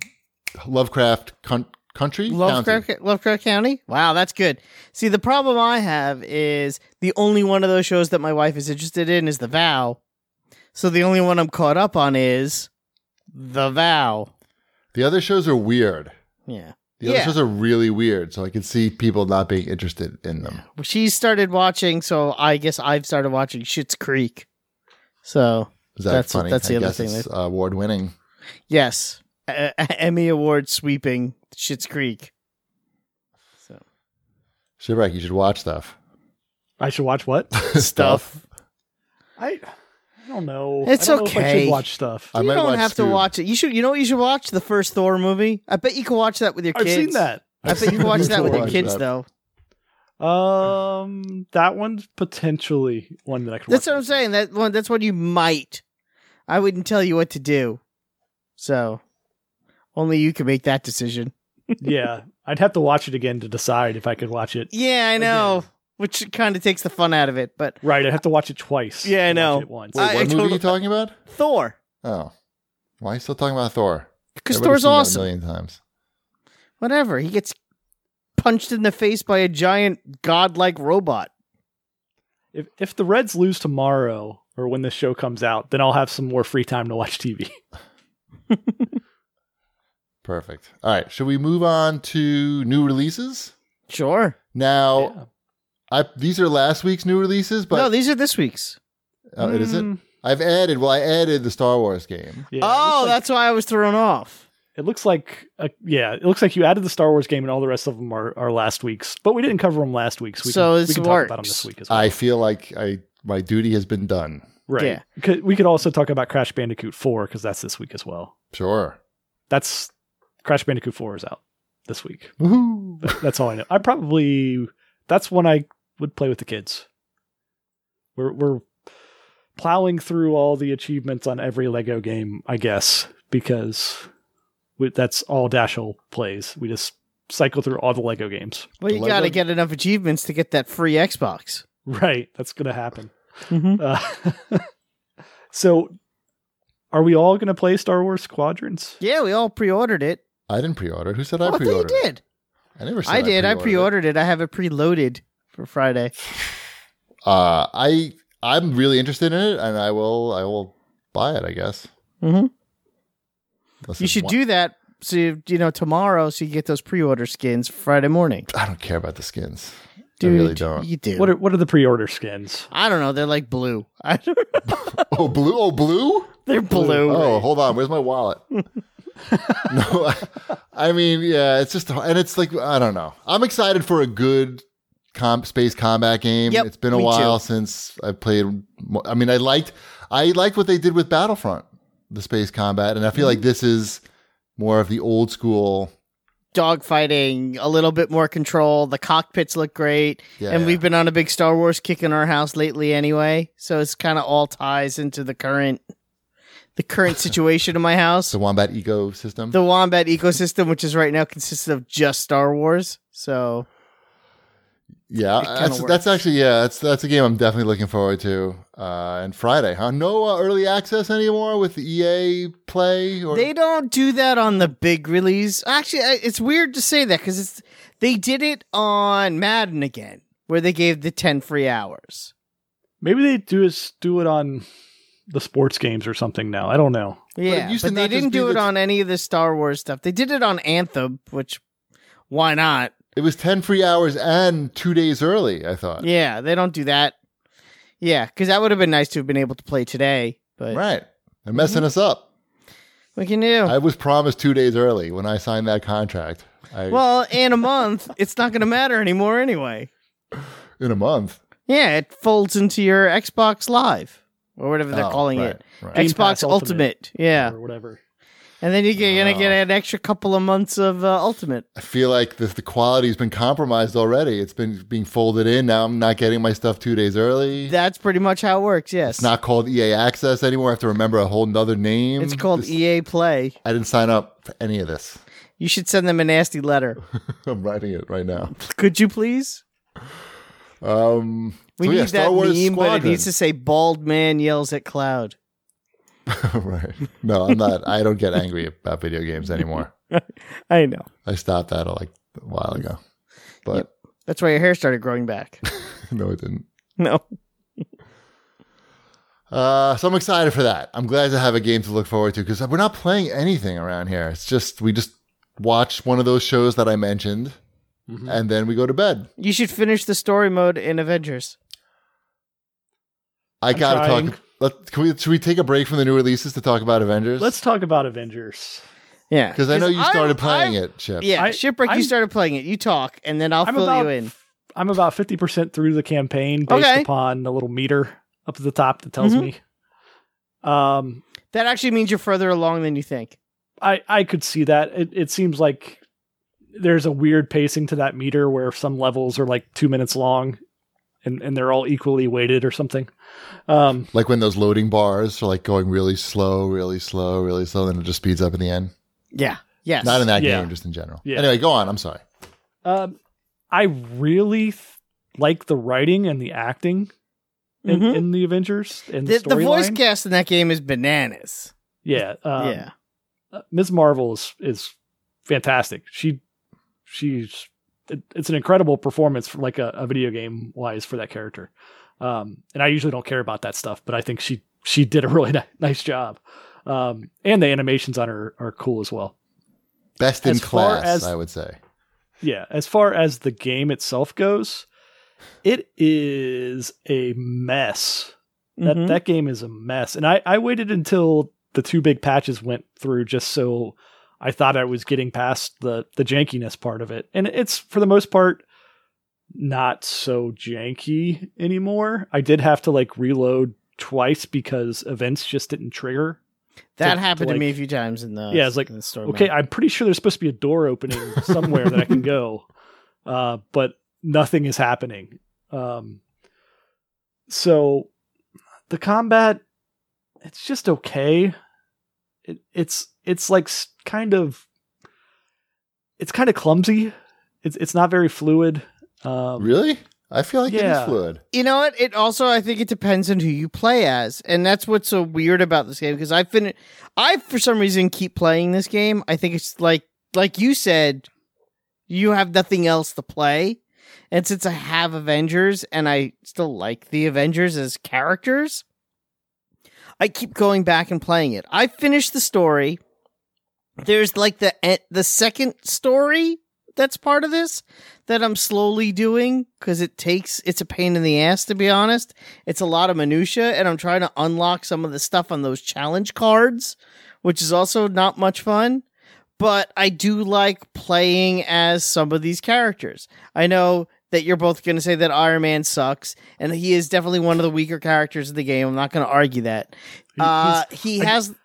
S1: Lovecraft Coun- Country. County.
S2: Lovecraft, Lovecraft County. Wow, that's good. See, the problem I have is the only one of those shows that my wife is interested in is The Vow. So the only one I'm caught up on is The Vow.
S1: The other shows are weird.
S2: Yeah.
S1: The other
S2: Yeah.
S1: shows are really weird, so I can see people not being interested in them.
S2: She started watching, so I guess I've started watching Shit's Creek. So,
S1: Is that
S2: That's-
S1: funny?
S2: that's the
S1: I
S2: other
S1: guess
S2: thing
S1: It's uh, award winning.
S2: yes, a- a- Emmy Award sweeping Shit's Creek. So,
S1: Shipwreck, you should watch stuff.
S3: I should watch what?
S2: stuff.
S3: I I don't know.
S2: It's
S3: I don't know if I
S2: okay. Uh,
S3: should watch stuff.
S1: I
S2: you
S1: might
S2: don't
S1: watch
S2: have to
S1: Scoob.
S2: watch it. You should. You know what you should watch? The first Thor movie. I bet you can watch that with your
S3: I've
S2: kids.
S3: seen that.
S2: I bet you can watch
S1: I've
S2: that with your
S1: watched
S2: kids,
S1: that.
S2: though.
S3: Um, that one's potentially one that I could.
S2: That's
S3: watch
S2: what I'm
S3: with
S2: saying. That one. That's what you might. I wouldn't tell you what to do. So, only you can make that decision.
S3: kids. yeah, I'd have to watch it again to decide if I could watch it.
S2: Yeah, I know. Which kind of takes the fun out of it. But
S3: Right, I'd have to watch it twice.
S2: Yeah, I
S3: to watch
S2: know.
S3: It once.
S1: Wait,
S2: I-
S1: what
S2: I
S1: movie are
S2: totally-
S1: you talking about?
S2: Thor,
S1: Oh, why are you still talking about Thor?
S2: because
S1: Everybody's
S2: Thor's
S1: seen that
S2: awesome.
S1: A million times.
S2: Whatever. He gets punched in the face by a giant godlike robot.
S3: If if the Reds lose tomorrow or when this show comes out, then I'll have some more free time to watch TV.
S1: Perfect. All right, should we move on to new releases
S2: Sure.
S1: now?
S3: Yeah.
S1: I, these are last week's new releases,
S2: no,
S1: but
S2: these are this week's.
S1: oh, it is it.
S3: Mm,
S1: I've added. Well, I added the Star Wars game.
S3: yeah, it
S2: oh,
S3: looks like-
S2: that's why I was thrown off.
S3: It looks like a, yeah, it looks like you added the Star Wars game and all the rest of them are, are last week's, but we didn't cover them last week, so we
S2: So
S3: can,
S2: this
S3: we can talk about them
S2: works.
S3: this week as well.
S1: I feel like I my duty has been done.
S3: right?
S2: Yeah.
S3: Could- we could also talk about Crash Bandicoot Four because that's this week as well.
S1: Sure.
S3: That's Crash Bandicoot Four is out this week.
S1: Woohoo!
S3: That- that's all I know. I probably that's one I would play with the kids. We're we're plowing through all the achievements on every Lego game, I guess, because we, that's all Dashiell plays. We just cycle through all the Lego games.
S2: Well,
S1: The
S2: you got to
S1: Lego-
S2: get enough achievements to get that free Xbox.
S3: Right, that's gonna happen.
S2: Mm-hmm.
S3: Uh, So, are we all going to play Star Wars Squadrons?
S2: Yeah, we all pre-ordered it.
S1: I didn't pre-order. Who said
S2: Oh,
S1: I
S2: I
S1: pre-ordered?
S2: thought you did.
S1: I never. Said
S2: I did. I
S1: pre-ordered it.
S2: pre-ordered it. I have it preloaded for Friday.
S1: Uh, I I'm really interested in it, and I will I will buy it. I guess. Mm-hmm.
S2: Mhm.
S1: Unless
S2: You
S1: it's
S2: should
S1: one-
S2: do that. So you, you know tomorrow, so you get those pre-order skins Friday morning.
S1: I don't care about the skins.
S2: Dude,
S1: I really don't.
S2: You do.
S3: What are, what are the pre-order skins?
S2: I don't know. They're like blue. I don't,
S1: Oh blue! Oh blue!
S2: they're blue.
S1: Oh, hold on. Where's my wallet? no, I, I mean, yeah, it's just, and it's like, I don't know. I'm excited for a good comp space combat game.
S2: Yep,
S1: it's been a
S2: me too.
S1: while since I played. mo- I mean, I liked, I liked what they did with Battlefront, the space combat, and I feel like
S2: Mm.
S1: this is more of the old school.
S2: Dogfighting, a little bit more control. The cockpits look great,
S1: Yeah,
S2: and we've been on a big Star Wars kick in our house lately, anyway. So it's kind of all ties into the current, the current situation in my house.
S1: the wombat ecosystem.
S2: the wombat ecosystem, which is right now consists of just Star Wars. So
S1: yeah,
S2: it kinda
S1: that's,
S2: works.
S1: that's actually yeah, that's that's a game I'm definitely looking forward to. Uh, and Friday, huh? No uh, early access anymore with EA Play or
S2: they don't do that on the big release. Actually, I- it's weird to say that because it's they did it on Madden again, where they gave the ten free hours.
S3: Maybe they do is do it on the sports games or something now. I don't know.
S2: Yeah,
S1: used
S2: but,
S1: to
S2: they
S1: not just
S2: didn't
S1: be
S2: do it
S1: the-
S2: on any of the Star Wars stuff. They did it on Anthem, which why not?
S1: It was 10 free hours and two days early, I thought.
S2: Yeah, they don't do that. Yeah, because that would have been nice to have been able to play today, but
S1: Right. They're messing
S2: Mm-hmm.
S1: us up.
S2: what can you do?
S1: I was promised two days early when I signed that contract. I,
S2: well, in a month, it's not going to matter anymore anyway.
S1: in a month.
S2: Yeah, it folds into your Xbox Live or whatever they're
S1: Oh,
S2: calling
S1: right,
S2: it.
S1: right.
S3: Game
S2: Xbox
S3: Pass
S2: Ultimate.
S3: Ultimate.
S2: Yeah.
S3: Or whatever.
S2: And then you're going
S1: Oh.
S2: to get an extra couple of months of uh, Ultimate.
S1: I feel like the, the quality's been compromised already. It's been being folded in. Now I'm not getting my stuff two days early.
S2: That's pretty much how it works. Yes.
S1: it's not called EA Access anymore. I have to remember a whole nother name.
S2: It's called E
S1: This-
S2: EA Play.
S1: I didn't sign up for any of this.
S2: You should send them a nasty letter.
S1: I'm writing it right now.
S2: Could you please?
S1: Um,
S2: We
S1: so
S2: need
S1: yeah,
S2: that
S1: Star Wars
S2: meme, but it
S1: Squadron.
S2: needs to say "bald man yells at cloud."
S1: right. No, I'm not. I don't get angry about video games anymore.
S2: I know.
S1: I stopped that like a while ago, but
S2: That's why your hair started growing back.
S1: no, it didn't.
S2: no.
S1: Uh, so I'm excited for that. I'm glad to have a game to look forward to because we're not playing anything around here. It's just we just watch one of those shows that I mentioned,
S3: Mm-hmm.
S1: and then we go to bed.
S2: You should finish the story mode in Avengers.
S1: I
S3: I'm
S1: gotta
S3: trying.
S1: talk. Let, can we? Should we take a break from the new releases to talk about Avengers?
S3: Let's talk about Avengers.
S2: Yeah.
S1: because I know you
S2: I'm-
S1: started playing
S2: I'm-
S1: it, Chip.
S2: Yeah,
S3: I-
S2: Shipwreck,
S3: I'm-
S2: you started playing it. You talk, and then I'll
S3: I'm
S2: fill
S3: about
S2: you in.
S3: I'm about 50% through the campaign based
S2: Okay.
S3: upon a little meter up at the top that tells
S2: Mhm.
S3: me. Um
S2: That actually means you're further along than you think.
S3: I I could see that. It it seems like there's a weird pacing to that meter where some levels are like 2 minutes long and and they're all equally weighted or something. Um
S1: Like when those loading bars are like going really slow, really slow, really slow, then it just speeds up at the end.
S2: Yeah. Yes.
S1: Not in that
S3: Yeah.
S1: game, just in general.
S3: Yeah.
S1: Anyway, go on. I'm sorry.
S3: um I really th- like the writing and the acting in,
S2: Mhm.
S3: in the Avengers and Mm-hmm. the,
S2: the, the voice
S3: storyline.
S2: cast in that game is bananas.
S3: yeah. Um,
S2: yeah.
S3: uh, Ms. Marvel is is fantastic. She she's it, it's an incredible performance for like a, a video game wise for that character. Um, and I usually don't care about that stuff, but I think she she did a really ni- nice job. Um, and the animations on her are cool as well.
S1: Best in
S3: As far
S1: class,
S3: as-
S1: I would say.
S3: Yeah, as far as the game itself goes, it is a mess. That
S2: Mhm.
S3: that game is a mess. And I, I waited until the two big patches went through just so I thought I was getting past the the jankiness part of it. And it's for the most part not so janky anymore. I did have to like reload twice because events just didn't trigger.
S2: that
S3: to-
S2: happened
S3: to,
S2: to me a
S3: like-
S2: few times in the
S3: Yeah, it's like,
S2: in the story
S3: Okay,
S2: mode.
S3: I'm pretty sure there's supposed to be a door opening somewhere that I can go, uh, but nothing is happening. Um, so the combat, it's just okay. It, it's it's like s- kind of it's kind of clumsy. It's it's not very fluid. Um,
S1: Really? I feel like it
S3: Yeah.
S1: is fluid.
S2: You know what? It also I think it depends on who you play as, and that's what's so weird about this game because I fin I for some reason keep playing this game. I think it's like like you said, you have nothing else to play, and since I have Avengers and I still like the Avengers as characters, I keep going back and playing it. I finished the story. There's like the e- the second story that's part of this that I'm slowly doing because it takes it's a pain in the ass to be honest. It's a lot of minutia, and I'm trying to unlock some of the stuff on those challenge cards, which is also not much fun. But I do like playing as some of these characters. I know that you're both going to say that Iron Man sucks, and he is definitely one of the weaker characters in the game. I'm not going to argue that.
S3: He- he's-
S2: uh, he
S3: I-
S2: has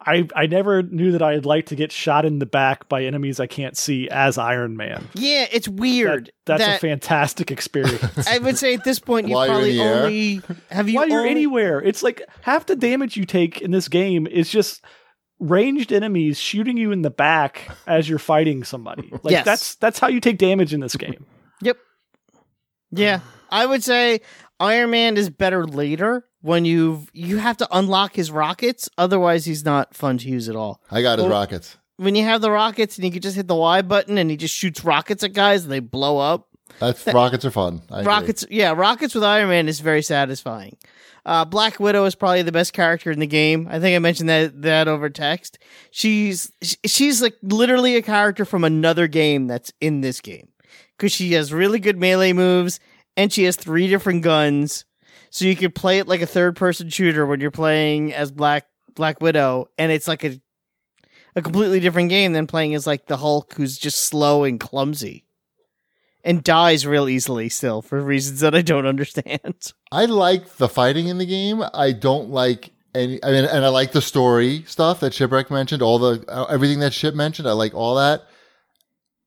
S3: I, I never knew that I'd like to get shot in the back by enemies I can't see as Iron Man.
S2: Yeah, it's
S3: That-
S2: weird.
S3: that's
S2: that
S3: a fantastic experience.
S2: I would say at this point you
S1: While you're in
S2: probably
S1: the air.
S2: only have you
S3: While you're
S2: only-
S3: anywhere, it's like half the damage you take in this game is just ranged enemies shooting you in the back as you're fighting somebody. Like
S2: Yes.
S3: that's that's how you take damage in this game.
S2: Yeah, I would say Iron Man is better later when you've you have to unlock his rockets. Otherwise, he's not fun to use at all.
S1: I got his
S2: Well-
S1: rockets.
S2: When you have the rockets and you can just hit the Y button and he just shoots rockets at guys and they blow up.
S1: That's
S2: That-
S1: rockets are fun. I agree.
S2: rockets, yeah, rockets with Iron Man is very satisfying. Uh, Black Widow is probably the best character in the game. I think I mentioned that that over text. She's sh- she's like literally a character from another game that's in this game because she has really good melee moves and she has three different guns, so you could play it like a third person shooter when you're playing as Black Black Widow, and it's like a a completely different game than playing as like the Hulk, who's just slow and clumsy and dies real easily still for reasons that I don't understand.
S1: I like the fighting in the game. I don't like any. I mean, and I like the story stuff that Shipwreck mentioned. All the uh, everything that Ship mentioned. I like all that.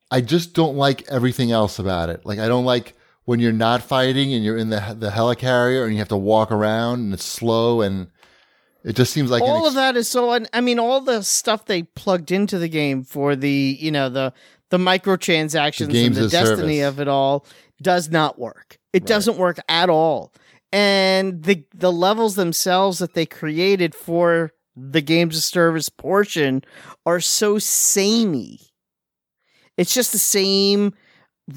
S1: I just don't like everything else about it. Like I don't like when you're not fighting and you're in the the helicarrier and you have to walk around and it's slow and it just seems like an
S2: all
S1: ex-
S2: of that is so un- I mean all the stuff they plugged into the game for the, you know, the the microtransactions
S1: The games
S2: and the
S1: as service.
S2: destiny of it all does not work. It
S1: Right.
S2: doesn't work at all. And the the levels themselves that they created for the games of service portion are so samey. It's just the same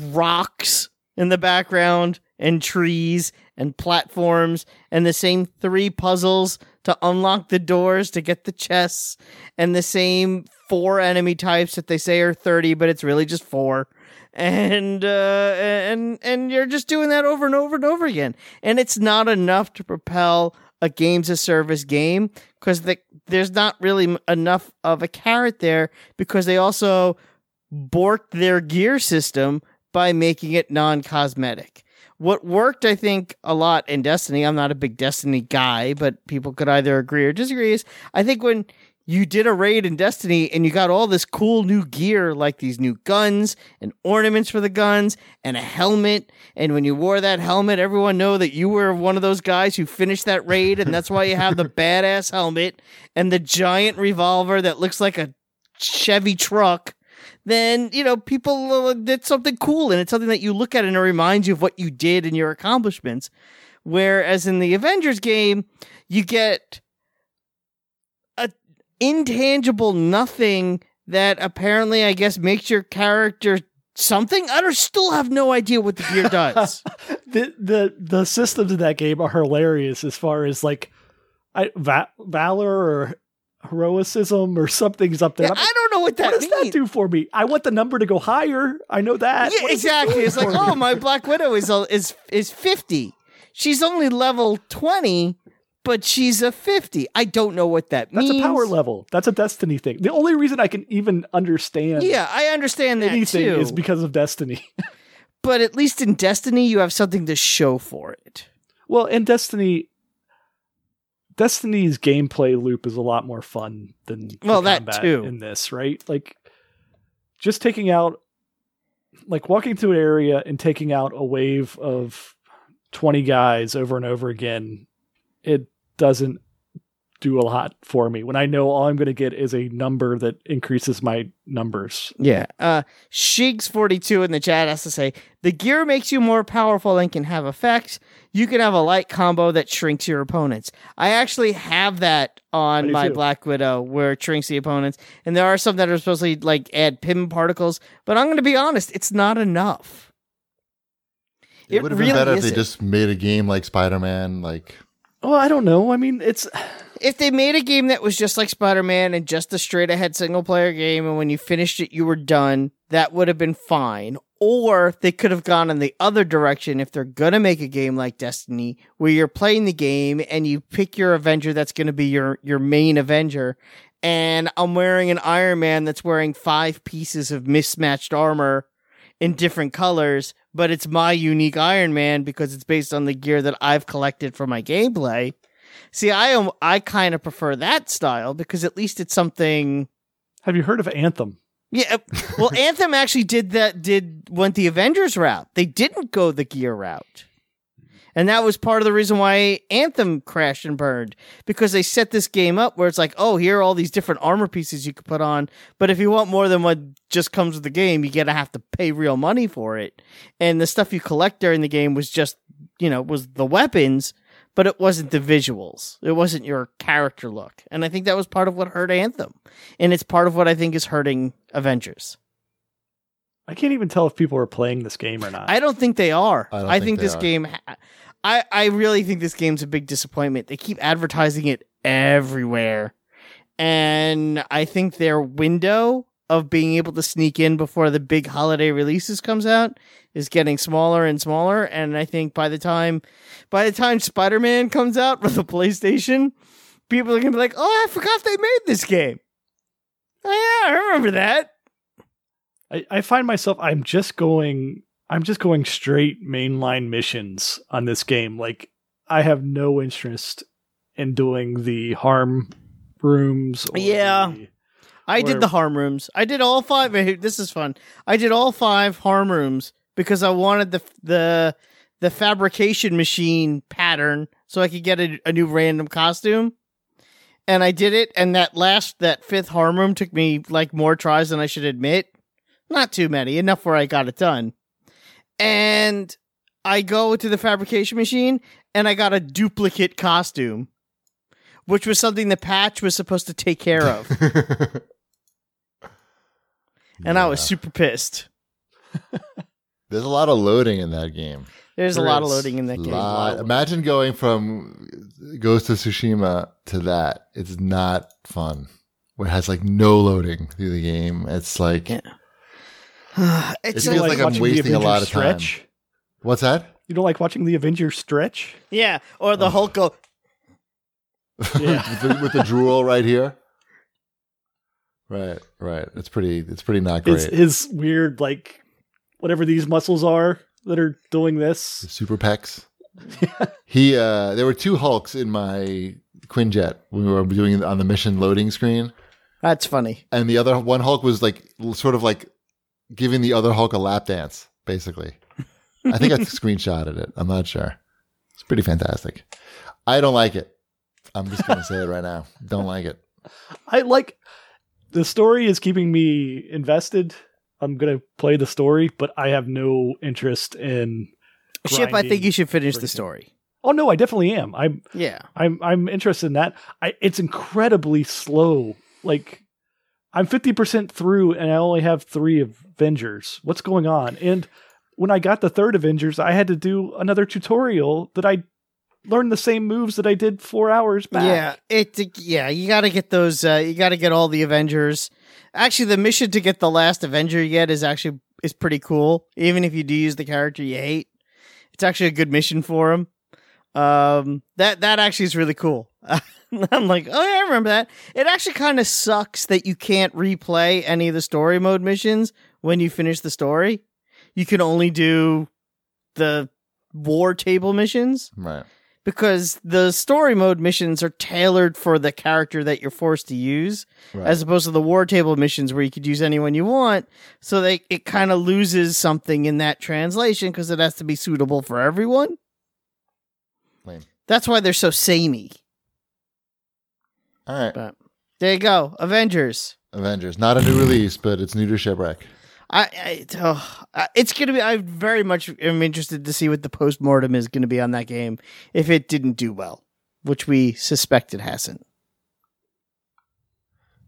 S2: rocks in the background and trees and platforms and the same three puzzles to unlock the doors to get the chests and the same four enemy types that they say are 30 but it's really just four and uh and and you're just doing that over and over and over again and it's not enough to propel a games of service game because the, there's not really m- enough of a carrot there because they also borked their gear system by making it non cosmetic. What worked, I think, a lot in Destiny, I'm not a big Destiny guy, but people could either agree or disagree, is I think when you did a raid in Destiny and you got all this cool new gear, like these new guns and ornaments for the guns and a helmet. And when you wore that helmet, everyone know that you were one of those guys who finished that raid, and that's why you have the badass helmet and the giant revolver that looks like a Chevy truck, then you know people uh, did something cool, and it's something that you look at and it reminds you of what you did and your accomplishments. Whereas in the Avengers game, you get a intangible nothing that apparently, I guess, makes your character something. I don't, still have no idea what the gear does.
S3: The the the systems in that game are hilarious as far as like I va- valor or heroicism or something's up there.
S2: Yeah,
S3: I'm like,
S2: I don't know what that
S3: what does
S2: means.
S3: that do for me? I want the number to go higher. I know that.
S2: Yeah,
S3: What is it
S2: exactly.
S3: doing
S2: It's like,
S3: for me?
S2: oh, my Black Widow is a, is is fifty. She's only level twenty, but she's a fifty. I don't know what that
S3: That's
S2: means.
S3: a power level. That's a destiny thing. The only reason I can even understand
S2: Yeah, I understand that
S3: anything
S2: too.
S3: is because of destiny.
S2: but at least in Destiny, you have something to show for it.
S3: Well, and Destiny Destiny's gameplay loop is a lot more fun than the
S2: Well, that
S3: combat
S2: too.
S3: in this, right? Like just taking out like walking through an area and taking out a wave of 20 guys over and over again, it doesn't do a lot for me when I know all I'm going to get is a number that increases my numbers.
S2: Yeah. Uh Shigs42 in the chat has to say the gear makes you more powerful and can have effects. You can have a light combo that shrinks your opponents. I actually have that
S3: I
S2: on
S3: do
S2: my
S3: too.
S2: Black Widow where it shrinks the opponents. And there are some that are supposedly like add pin particles, but I'm gonna be honest, it's not enough.
S1: It,
S2: It
S1: would have
S2: really
S1: been better if
S2: isn't.
S1: they just made a game like Spider Man. Like,
S3: Well, I don't know. I mean, it's
S2: if they made a game that was just like Spider Man and just a straight ahead single player game, and when you finished it, you were done, that would have been fine. Or they could have gone in the other direction if they're going to make a game like Destiny, where you're playing the game and you pick your Avenger that's going to be your, your main Avenger. And I'm wearing an Iron Man that's wearing five pieces of mismatched armor in different colors, but it's my unique Iron Man because it's based on the gear that I've collected for my gameplay. See, I am I kind of prefer that style because at least it's something.
S3: have you heard of Anthem?
S2: Yeah, uh, well, Anthem actually did that. Did went the Avengers route. They didn't go the gear route, and that was part of the reason why Anthem crashed and burned because they set this game up where it's like, oh, here are all these different armor pieces you could put on, but if you want more than what just comes with the game, you gotta have to pay real money for it. And the stuff you collect during the game was just, you know, was the weapons, but it wasn't the visuals. It wasn't your character look. And I think that was part of what hurt Anthem. And it's part of what I think is hurting Avengers.
S3: I can't even tell if people are playing this game or not.
S2: I don't think they are.
S1: I
S2: I,
S1: don't
S2: think,
S1: think they
S2: this
S1: are.
S2: game. Ha- I I really think this game's a big disappointment. They keep advertising it everywhere, and I think their window of being able to sneak in before the big holiday releases comes out is getting smaller and smaller. And I think by the time by the time Spider Man comes out for the PlayStation, people are gonna be like, "Oh, I forgot they made this game." Oh yeah, I remember that.
S3: I, I find myself I'm just going I'm just going straight mainline missions on this game. Like I have no interest in doing the harm rooms. Or
S2: Yeah.
S3: the-
S2: I
S3: Or-
S2: did the harm rooms. I did all five. This is fun. I did all five harm rooms because I wanted the the the fabrication machine pattern so I could get a, a new random costume. And I did it. And that last that fifth harm room took me like more tries than I should admit. Not too many. Enough where I got it done. And I go to the fabrication machine and I got a duplicate costume, which was something the patch was supposed to take care of and I was
S1: Yeah.
S2: super pissed.
S1: There's a lot of loading in that game.
S2: There's
S3: There
S2: a lot
S3: is
S2: of loading in that game.
S1: lot. Imagine going from Ghost of Tsushima to that. It's not fun. It has like no loading through the game. It's like
S2: Yeah.
S1: It
S2: it's
S1: feels
S2: like,
S1: like I'm
S3: watching the
S1: wasting a lot
S3: Avengers
S1: of time.
S3: stretch?
S1: what's that?
S3: You don't like watching the Avengers stretch?
S2: yeah, or the Hulk go.
S3: Yeah.
S1: with, the, with the drool right here. Right, right. It's pretty. It's pretty not great.
S3: His, his weird like whatever these muscles are that are doing
S1: The
S3: this.
S1: super pecs. he uh there were two hulks in my Quinjet when we were doing it on the mission loading screen.
S2: That's funny.
S1: And the other one Hulk was like l- sort of like giving the other Hulk a lap dance, basically. I think I screenshotted it. I'm not sure. It's pretty fantastic. I don't like it. I'm just gonna say it right now. Don't like it.
S3: I like the story is keeping me invested. I'm gonna play the story, but I have no interest in
S2: Ship, I think
S3: grinding
S2: you should finish
S3: for
S2: the
S3: example.
S2: story.
S3: Oh no, I definitely am. I'm
S2: Yeah,
S3: I'm I'm interested in that. I it's incredibly slow. Like I'm 50% through and I only have 3 Avengers. What's going on? And when I got the third Avengers, I had to do another tutorial that I learned the same moves that I did 4 hours back.
S2: yeah. It yeah. You got to get those. Uh, you got to get all the Avengers. Actually, the mission to get the last Avenger yet is actually is pretty cool. Even if you do use the character you hate, it's actually a good mission for him. Um, that that actually is really cool. I'm like, oh yeah, I remember that. It actually kind of sucks that you can't replay any of the story mode missions when you finish the story. You can only do the war table missions
S1: Right.
S2: because the story mode missions are tailored for the character that you're forced to use
S1: Right.
S2: as opposed to the war table missions where you could use anyone you want so they it kind of loses something in that translation because it has to be suitable for everyone
S1: Lame.
S2: that's why they're so samey
S1: All right.
S2: But there you go, Avengers.
S1: Avengers. Not a new release, but it's new to Shipwreck.
S2: I, I oh, I- it's gonna be. I very much am interested to see what the post mortem is gonna be on that game if it didn't do well, which we suspect it hasn't.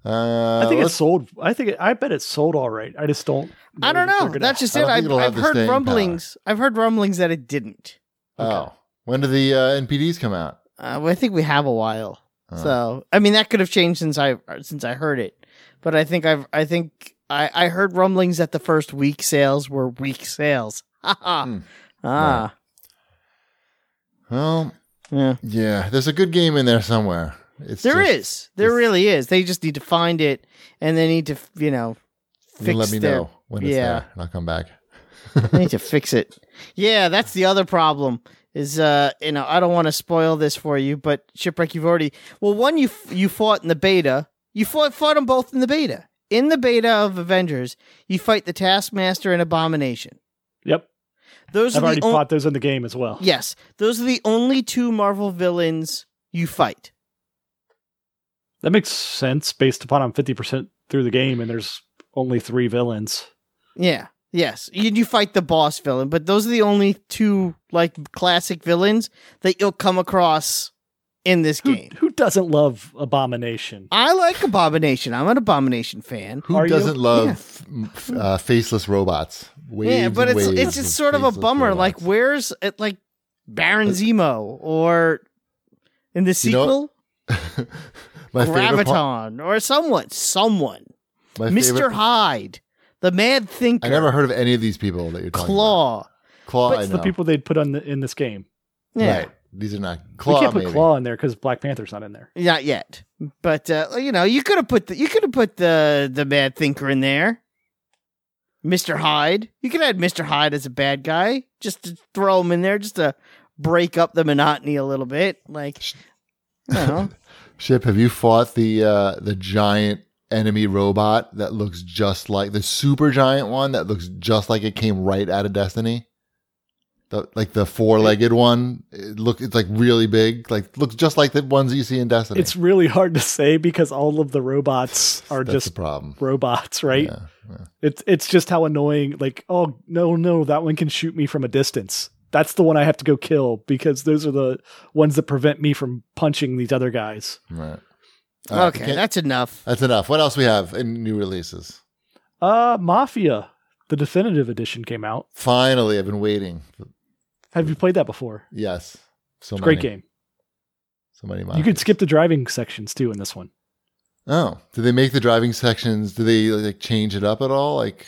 S1: Uh,
S3: I think it
S1: let's-
S3: sold. I think it, I bet it sold all right. I just don't.
S2: I don't
S3: if they're
S2: know.
S3: gonna-
S2: That's just
S1: I
S2: it.
S1: don't think
S2: I've,
S1: it'll have
S2: I've
S1: the
S2: heard
S1: staying power.
S2: rumblings. I've heard rumblings that it didn't.
S1: Oh. When do the uh, NPDs come out?
S2: Uh, well, I think we have a while.
S1: Uh,
S2: So I mean that could have changed since I since I heard it, but I think I've I think I I heard rumblings that the first week sales were weak sales. Ha ha.
S1: Hmm.
S2: Ah,
S1: Well,
S2: yeah.
S1: yeah. There's a good game in there somewhere. It's
S2: There
S1: just-
S2: is. There
S1: it's-
S2: really is. They just need to find it, and they need to you know
S1: you
S2: fix
S1: let me
S2: their-
S1: know when it's
S2: yeah.
S1: there, and I'll come back.
S2: they need to fix it. Yeah, that's the other problem. Is uh, you know, I don't want to spoil this for you, but shipwreck, you've already well, one you f- you fought in the beta. You fought fought them both in the beta. In the beta of Avengers, you fight the Taskmaster and Abomination.
S3: Yep,
S2: Those
S3: I've
S2: are
S3: already
S2: the on-
S3: fought those in the game as well.
S2: Yes, those are the only two Marvel villains you fight.
S3: That makes sense based upon I'm 50% through the game and there's only three villains.
S2: Yeah. Yes. You, you fight the boss villain, but those are the only two like classic villains that you'll come across in this
S3: Who,
S2: game.
S3: who doesn't love Abomination?
S2: I like Abomination. I'm an Abomination fan.
S1: Who
S3: Are you?
S1: doesn't love f- uh, faceless robots? Waves
S2: yeah, but
S1: and
S2: it's
S1: waves
S2: it's just sort of a
S1: faceless
S2: bummer.
S1: robots.
S2: Like where's it like Baron Zemo or in the
S1: You know,
S2: sequel
S1: my favorite part,
S2: Graviton or someone someone
S1: my
S2: Mr.
S1: favorite-
S2: Hyde, the Mad Thinker,
S1: I never heard of any of these people that you're talking
S2: Claw.
S1: about. Claw,
S3: But
S1: Oh, I
S3: it's the
S1: know.
S3: people they'd put on the, in this game.
S2: Yeah.
S1: Right. These are not Claw.
S3: we can't put
S1: maybe.
S3: Claw in there because Black Panther's not in there.
S2: Not yet, but uh, you know, you could have put the you could have put the the bad thinker in there, Mister Hyde. You could add Mister Hyde as a bad guy, just to throw him in there, just to break up the monotony a little bit. Like, I don't know.
S1: Ship, have you fought the uh, the giant enemy robot that looks just like the super giant one that looks just like it came right out of Destiny? The, like the four legged one, it look it's like really big, like looks just like the ones that you see in Destiny.
S3: It's really hard to say because all of the robots are
S1: That's the
S3: just
S1: problem,
S3: robots, right?
S1: Yeah.
S3: It's it's just how annoying. Like, oh no, no, that one can shoot me from a distance. That's the one I have to go kill because those are the ones that prevent me from punching these other guys.
S1: Right. All right,
S2: okay, Uh,
S1: can't-
S2: that's enough.
S1: that's enough. What else we have in new releases?
S3: Uh, Mafia, the definitive edition came out.
S1: Finally, I've been waiting.
S3: Have you played that before?
S1: Yes, so
S3: It's
S1: many,
S3: a great game.
S1: So many.
S3: You
S1: miles.
S3: could skip the driving sections too in this one.
S1: Oh, do they make the driving sections? Do they like change it up at all? Like,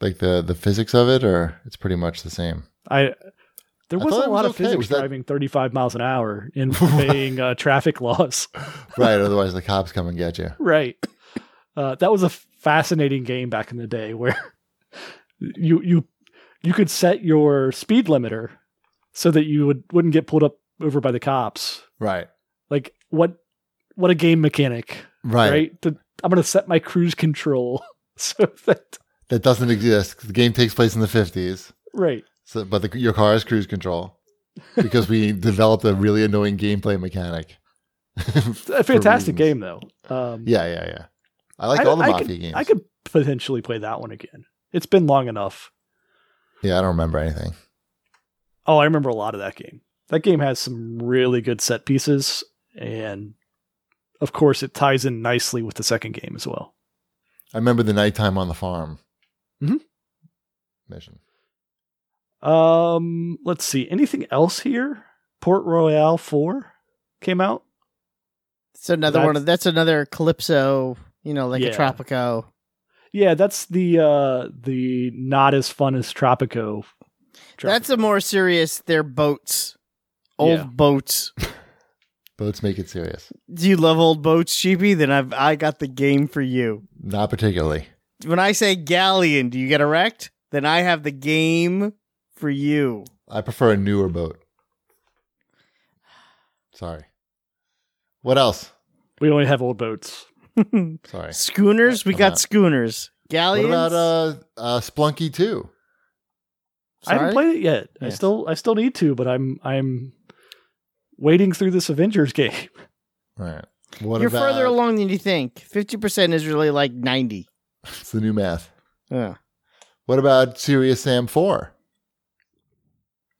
S1: like the the physics of it, or it's pretty much the same.
S3: I there
S1: I
S3: wasn't
S1: thought
S3: a
S1: it
S3: lot
S1: was
S3: of
S1: okay.
S3: physics
S1: Was that-
S3: driving 35 miles an hour and obeying uh, traffic laws.
S1: right? Otherwise, the cops come and get you.
S3: Right. Uh, that was a fascinating game back in the day where you you you could set your speed limiter so that you would wouldn't get pulled up over by the cops.
S1: Right.
S3: Like what what a game mechanic,
S1: Right.
S3: right? To- I'm going to set my cruise control so that
S1: That doesn't exist. The game takes place in the fifties,
S3: right.
S1: so but the, your car is cruise control because we developed a really annoying gameplay mechanic.
S3: A
S1: reasons.
S3: fantastic game though. Um
S1: yeah, yeah, yeah. I like
S3: I-
S1: all the
S3: I
S1: mafia
S3: could-
S1: games.
S3: I could potentially play that one again. It's been long enough.
S1: yeah, I don't remember anything.
S3: Oh, I remember a lot of that game. That game has some really good set pieces, and of course, it ties in nicely with the second game as well.
S1: I remember the nighttime on the farm
S3: Mhm.
S1: mission.
S3: Um, let's see. Anything else here? Port Royale Four came out.
S2: It's another one. Of, that's another Calypso. You know, like
S3: Yeah.
S2: a Tropico.
S3: Yeah, that's the uh the not as fun as Tropico.
S2: That's a more serious. They're boats, old
S3: Yeah.
S2: boats.
S1: Boats make it serious.
S2: Do you love old boats, Sheepy? Then I've I got the game for you.
S1: Not particularly.
S2: when I say galleon, do you get erect? Then I have the game for you.
S1: I prefer a newer boat. Sorry. What else?
S3: we only have old boats.
S1: Sorry.
S2: Schooners, we
S1: Come
S2: got
S1: on.
S2: schooners.
S1: Uh-huh. What
S2: Galleons.
S1: about uh, uh Splunky 2?
S3: I haven't
S2: Sorry?
S3: played it yet. I
S2: Yes.
S3: still I still need to, but I'm I'm wading through this Avengers game.
S1: Right. What
S2: You're
S1: about
S2: further along than you think. Fifty percent is really like ninety.
S1: It's the new math.
S2: Yeah.
S1: What about Serious Sam Four?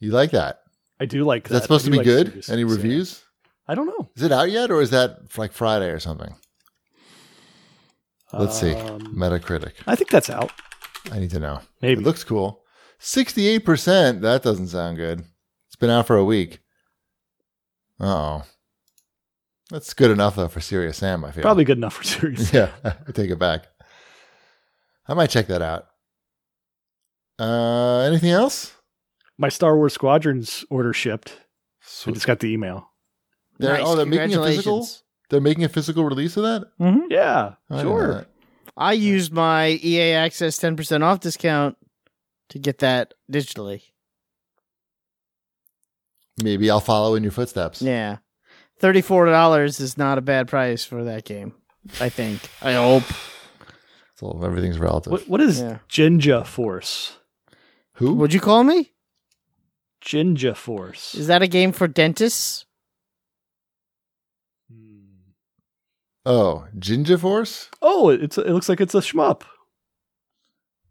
S1: You like that?
S3: I do like
S1: Is
S3: that.
S1: that supposed to
S3: I do
S1: be
S3: like
S1: good?
S3: Serious
S1: Any
S3: Sam.
S1: reviews?
S3: I don't know.
S1: Is it out yet, or is that like Friday or something? Let's see.
S3: Um,
S1: Metacritic.
S3: I think that's out.
S1: I need to know.
S3: Maybe.
S1: It looks cool. Sixty-eight percent. That doesn't sound good. It's been out for a week. Oh, that's good enough though for Serious Sam. I feel
S3: Probably good enough for serious.
S1: Yeah, I take it back. I might check that out. Uh, anything else?
S3: My Star Wars Squadrons order shipped. I just got the email.
S1: They're-
S2: nice.
S1: oh, they're making a physical?
S2: Congratulations.
S1: They're making a physical release of that.
S3: Hmm.
S2: Mhm.
S3: Yeah,
S1: I didn't know
S3: sure.
S1: that.
S2: I used my EA Access ten percent off discount to get that digitally.
S1: Maybe I'll follow in your footsteps.
S2: Yeah. Thirty-four dollars is not a bad price for that game. I think. I hope.
S1: So everything's relative.
S3: What, what is
S2: Yeah.
S3: Jinja Force?
S1: Who?
S2: Would you call me?
S3: Jinja Force.
S2: Is that a game for dentists?
S3: Hmm.
S1: oh, Ginger Force.
S3: Oh, it's it looks like it's a shmup.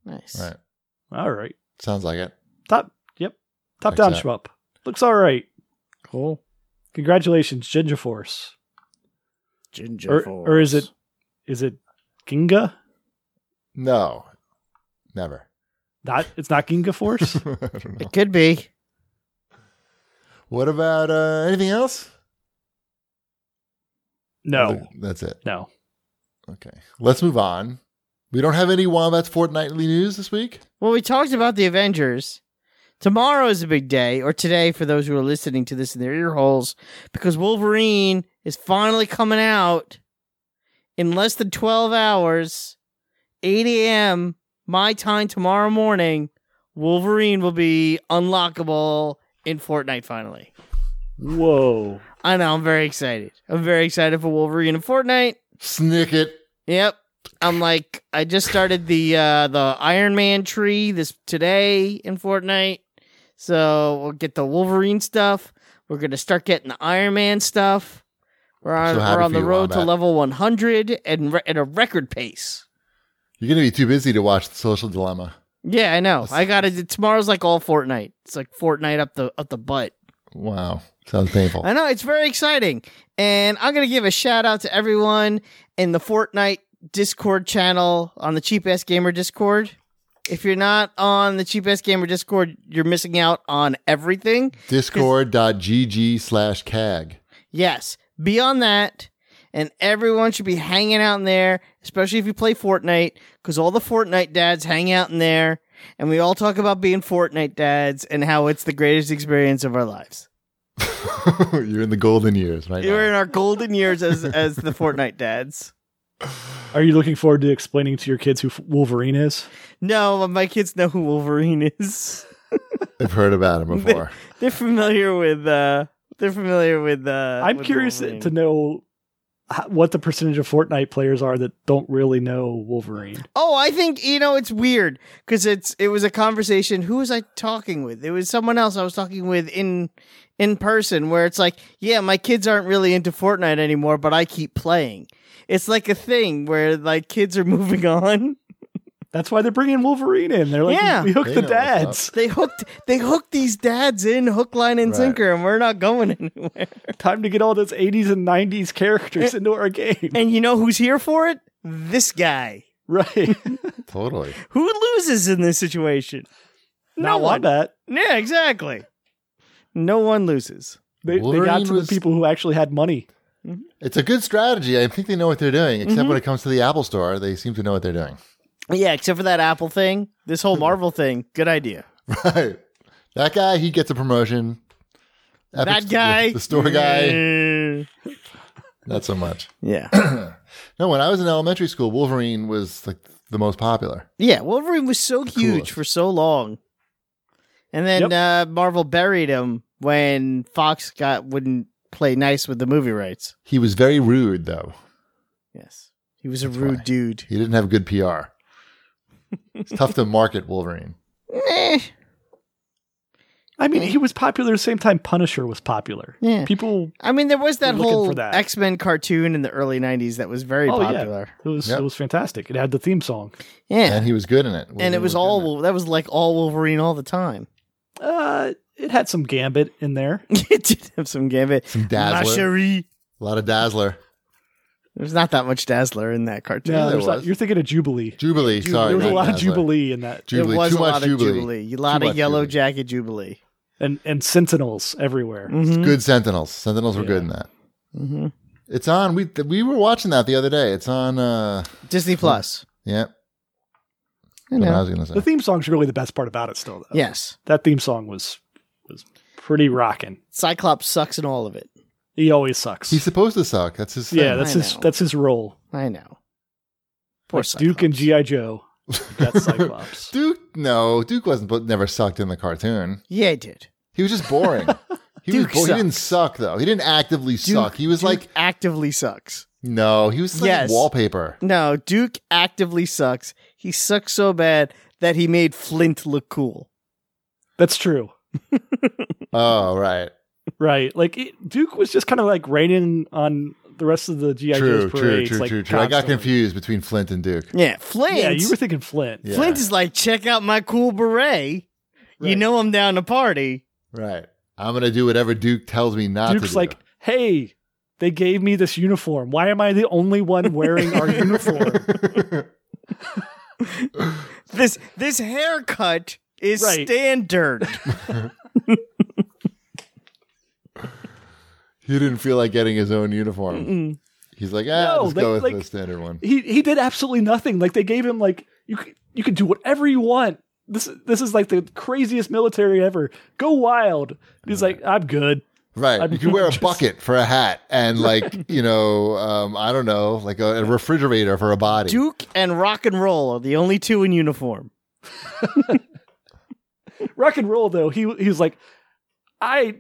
S2: Nice.
S1: Right.
S3: All right,
S1: Sounds like it.
S3: top. Yep, top
S1: Checks
S3: down
S1: out.
S3: shmup. Looks all right.
S2: Cool.
S3: Congratulations, Jinja Force.
S2: Ginger.
S3: Or- or is it- Is it Ginga?
S1: No, never.
S3: Not. It's not Ginga Force.
S1: I don't know.
S2: It could be.
S1: What about uh, anything else?
S3: no.
S1: that's it.
S3: No.
S1: Okay, let's move on. We don't have any Wombat's fortnightly news this week.
S2: Well, we talked about the Avengers. Tomorrow is a big day, or today for those who are listening to this in their ear holes, because Wolverine is finally coming out in less than 12 hours, 8 a.m., my time tomorrow morning. Wolverine will be unlockable in Fortnite finally.
S3: Whoa.
S2: I know, I'm very excited. I'm very excited for Wolverine in Fortnite.
S1: Snicket.
S2: Yep. I'm like I just started the uh the Iron Man tree this today in Fortnite. So we'll get the Wolverine stuff. We're gonna start getting the Iron Man stuff. We're on
S1: so happy
S2: we're on
S1: for
S2: the
S1: you,
S2: road to
S1: Wombat.
S2: level 100 and re- at a record pace.
S1: You're gonna be too busy to watch the Social Dilemma.
S2: Yeah, I know. I got to Tomorrow's like all Fortnite. It's like Fortnite up the up the butt.
S1: Wow, sounds painful.
S2: I know it's very exciting, and I'm gonna give a shout out to everyone in the Fortnite Discord channel on the Cheap Ass Gamer Discord. If you're not on the Cheap Ass Gamer Discord, you're missing out on everything.
S1: Discord.gg slash cag.
S2: Yes. Beyond that, and everyone should be hanging out in there, especially if you play Fortnite, because all the Fortnite dads hang out in there, and we all talk about being Fortnite dads and how it's the greatest experience of our lives.
S1: You're in the golden years right
S2: We're
S1: now.
S2: in our golden years as as the Fortnite dads.
S3: Are you looking forward to explaining to your kids who F- Wolverine is?
S2: No, but my kids know who Wolverine is.
S1: I've heard about him before.
S2: they're familiar with. uh They're familiar with. uh
S3: I'm
S2: with
S3: curious
S2: Wolverine.
S3: to know h- what the percentage of Fortnite players are that don't really know Wolverine.
S2: Oh, I think you know it's weird because it's it was a conversation. Who was I talking with? It was someone else I was talking with in in person. Where it's like, yeah, my kids aren't really into Fortnite anymore, but I keep playing. It's like a thing where like kids are moving on.
S3: That's why they're bringing Wolverine in. They're like,
S2: Yeah.
S3: we hooked
S1: They
S3: the
S1: know what's up.
S3: dads.
S2: They hooked they hooked these dads in hook, line, and
S1: Right.
S2: sinker, and we're not going anywhere.
S3: Time to get all those 80s and 90s characters into our game.
S2: And you know who's here for it? This guy.
S3: Right.
S1: totally.
S2: Who loses in this situation?
S3: Not
S2: one.
S3: Wombat.
S2: Yeah, exactly. No one loses.
S3: They, they
S1: Wolverine
S3: got to
S1: was-
S3: the people who actually had money.
S1: It's a good strategy. I think they know what they're doing, except
S2: Mhm.
S1: when it comes to the Apple Store, they seem to know what they're doing.
S2: Yeah, except for that Apple thing. This whole Marvel thing. Good idea.
S1: Right. That guy, he gets a promotion. Epic-
S2: that guy.
S1: The, store guy,
S2: Eh.
S1: not so much.
S2: Yeah.
S1: No, when I was in elementary school, Wolverine was like the most popular.
S2: Yeah, Wolverine was so huge
S1: coolest.
S2: for so long. And then uh, Marvel buried him when Fox got wouldn't play nice with the movie rights.
S1: He was very rude, though.
S2: Yes. He was a
S1: That's
S2: rude
S1: why.
S2: dude.
S1: He didn't have good PR. It's tough to market Wolverine.
S2: Eh.
S3: I mean, he was popular the same time Punisher was popular.
S2: Yeah.
S3: People,
S2: I mean, there was that
S3: We're looking
S2: whole
S3: for that.
S2: X Men cartoon in the early '90s that was very
S3: Oh, yeah.
S2: popular.
S3: it was
S1: Yep.
S3: it was fantastic. It had the theme song.
S2: Yeah,
S1: and
S2: and,
S1: he was good in it.
S2: it was
S1: good in
S2: all Wol- that was like all Wolverine all the time.
S3: Uh, it had some Gambit in there.
S2: it did have some gambit.
S1: Some Dazzler.
S2: Cherie.
S1: A lot of Dazzler.
S2: There's not that much Dazzler in that cartoon.
S1: Yeah,
S3: No,
S1: there
S3: there's not,
S1: was. Oh,
S3: you're thinking of Jubilee.
S1: Jubilee.
S2: Jubilee.
S1: Sorry,
S3: there was a
S1: not
S3: lot of
S1: Dazzler.
S3: Jubilee in that,
S1: Jubilee.
S2: There was
S1: Too
S2: a
S1: much
S2: lot
S1: Jubilee.
S2: of Jubilee. A lot
S1: Too
S2: of
S1: much
S2: Yellow
S1: Jubilee.
S2: Jacket Jubilee.
S3: and and Sentinels everywhere.
S2: Mhm.
S1: Good Sentinels. Sentinels were
S3: Yeah.
S1: good in that.
S2: Mhm.
S1: It's on. We th- we were watching that the other day. It's on. uh
S2: Disney Plus.
S1: Yeah.
S2: You
S1: What I
S2: know.
S1: was gonna say.
S3: The theme song's really the best part about it. Still, though.
S2: Yes.
S3: that theme song was was pretty rocking.
S2: Cyclops sucks in all of it.
S3: He always sucks.
S1: He's supposed to suck. That's his. Thing.
S3: yeah, that's
S2: I
S3: his
S2: know.
S3: that's his role.
S2: I know. Poor
S3: Like Duke and
S2: Cyclops.
S3: GI Joe. That's Cyclops.
S1: Duke. No, Duke wasn't. But never sucked in the cartoon.
S2: Yeah, he did.
S1: He was just boring. He, was
S2: Duke
S1: bo- he didn't suck though. He didn't actively suck. He was
S2: Duke
S1: like
S2: actively sucks.
S1: no. He was like
S2: Yes.
S1: wallpaper.
S2: No, Duke actively sucks. He sucks so bad that he made Flint look cool.
S3: That's true.
S1: Oh right.
S3: Right. Like it, Duke was just kind of like raining on the rest of the GI
S1: True.
S3: Joe's
S1: True.
S3: parades.
S1: True.
S3: like,
S1: True. True. I got
S3: constantly.
S1: confused between Flint and Duke.
S2: Yeah, Flint.
S3: Yeah, you were thinking Flint.
S1: Yeah.
S2: Flint is like, check out my cool beret. You
S3: Right.
S2: know I'm down to party.
S1: Right. I'm gonna do whatever Duke tells me not to
S3: Duke's
S1: do.
S3: like, hey, they gave me this uniform. Why am I the only one wearing our uniform?
S2: This this haircut is
S3: Right.
S2: standard.
S1: he didn't feel like getting his own uniform.
S2: Mm-mm.
S1: He's like, ah,
S3: No,
S1: let's
S3: they-
S1: go with
S3: like-
S1: the standard one.
S3: He he did absolutely nothing. Like they gave him like you c- you can do whatever you want. This this is like the craziest military ever. Go wild. And he's like, I'm good.
S1: Right.
S3: I'm
S1: you can wear a
S3: just-
S1: bucket for a hat and like, you know, um, I don't know, like a, a refrigerator for a body.
S2: Duke and rock and roll are the only two in uniform.
S3: rock and roll though he he was like i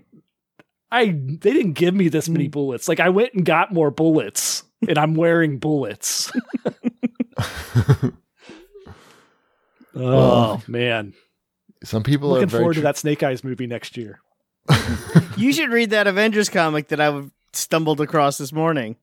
S3: i they didn't give me this
S2: Hmm.
S3: many bullets like i went and got more bullets and i'm wearing bullets oh man
S1: Some people
S3: looking
S1: are very
S3: forward to
S1: tr-
S3: that snake eyes movie next year
S2: You should read that Avengers comic that I stumbled across this morning.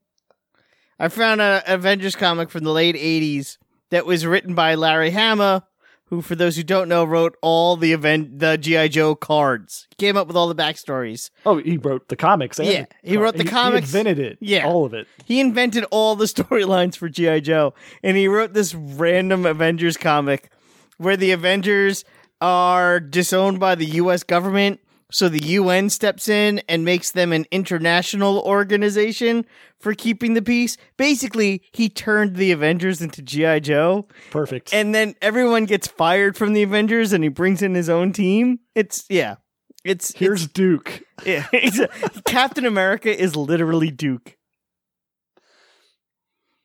S2: I found an Avengers comic from the late 80s that was written by Larry Hama, who, for those who don't know, wrote all the event the G.I. Joe cards. Came up with all the backstories.
S3: oh he wrote the comics and
S2: Yeah, he wrote the comics.
S3: he invented it
S2: Yeah.
S3: all of it
S2: He invented all the storylines for G.I. Joe, and he wrote this random Avengers comic where the Avengers are disowned by the U.S. government. So the UN steps in and makes them an international organization for keeping the peace. Basically, he turned the Avengers into G.I. Joe,
S3: perfect
S2: and then everyone gets fired from the Avengers and he brings in his own team. It's, yeah. It's,
S3: here's duke
S2: yeah, exa- Captain America is literally Duke.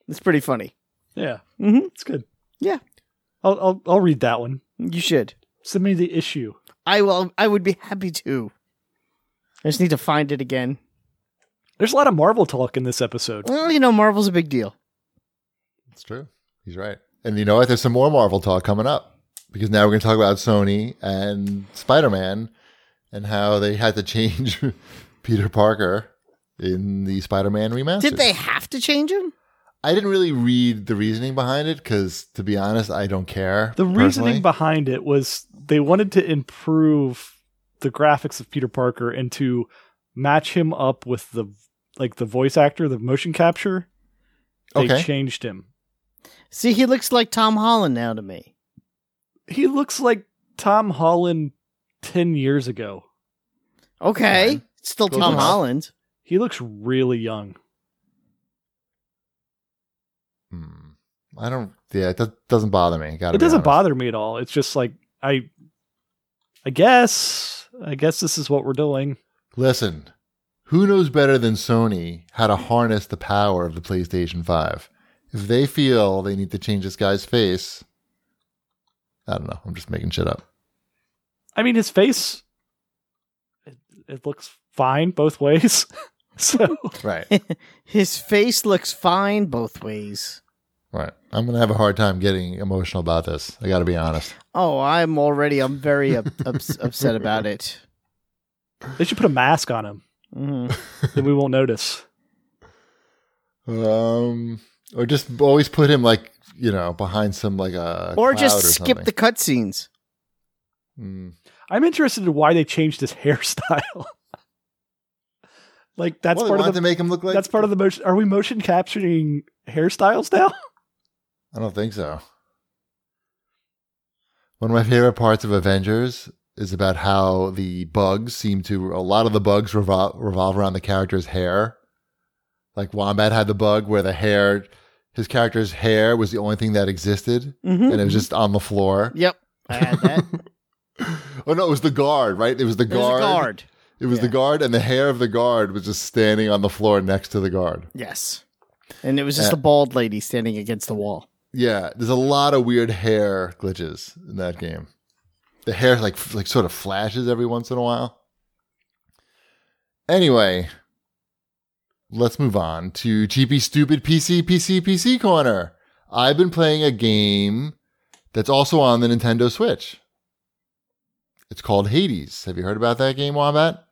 S2: It's pretty funny.
S3: yeah
S2: Mhm.
S3: Mm-hmm. it's good
S2: Yeah.
S3: I'll, I'll i'll read that one
S2: You should.
S3: send me the issue
S2: I will. I would be happy to. I just need to find it again.
S3: there's a lot of marvel talk in this episode
S2: Well, you know, Marvel's a big deal.
S1: It's true. He's right. And you know what? There's some more Marvel talk coming up because now we're going to talk about Sony and Spider Man and how they had to change Peter Parker in the Spider Man remaster.
S2: Did they have to change him?
S1: I didn't really read the reasoning behind it because, to be honest, I don't care.
S3: The
S1: personally.
S3: reasoning behind it was they wanted to improve the graphics of Peter Parker and to match him up with the like the voice actor, the motion capture. They
S1: Okay.
S3: changed him.
S2: See, he looks like Tom Holland now to me.
S3: He looks like Tom Holland ten years ago.
S2: Okay,
S1: Fine.
S2: it's still
S1: Close
S2: Tom
S1: enough.
S2: Holland.
S3: He looks really young.
S1: Hmm. I don't. Yeah, it do- doesn't bother me. Gotta
S3: It
S1: be
S3: doesn't
S1: honest.
S3: bother me at all. It's just like I I guess I guess this is what we're doing.
S1: Listen, who knows better than Sony how to harness the power of the PlayStation Five? If they feel they need to change this guy's face, I don't know. I'm just making shit up.
S3: I mean his face it, it looks fine both ways. so
S1: Right.
S2: His face looks fine both ways.
S1: right. I'm gonna have a hard time getting emotional about this. I gotta be honest.
S2: Oh, I'm already. I'm very up, ups, upset about it.
S3: They should put a mask on him,
S2: Mhm.
S3: then we won't notice.
S1: Um, or just always put him like you know behind some like a
S2: Or
S1: cloud
S2: just skip
S1: something.
S2: the cutscenes.
S1: Mm.
S3: I'm interested in why they changed his hairstyle. like that's
S1: Well, they
S3: part
S1: wanted
S3: of
S1: to
S3: the
S1: make him look like.
S3: that's part of the motion. Are we motion capturing hairstyles now?
S1: I don't think so. One of my favorite parts of Avengers is about how the bugs seem to a lot of the bugs revol- revolve around the character's hair. Like Wombat had the bug where the hair, his character's hair was the only thing that existed,
S2: Mhm.
S1: and it was just on the floor.
S2: Yep, I had that.
S1: Oh no, it was the guard, right? It was the
S2: It was a
S1: guard.
S2: guard.
S1: It was the
S2: Yeah.
S1: guard, and the hair of the guard was just standing on the floor next to the guard.
S2: Yes. And it was just
S1: Uh,
S2: a bald lady standing against the wall.
S1: Yeah, there's a lot of weird hair glitches in that game. The hair like f- like sort of flashes every once in a while. Anyway, let's move on to cheapy stupid PC PC PC corner. I've been playing a game that's also on the Nintendo Switch. It's called Hades. Have you heard about that game, Wombat?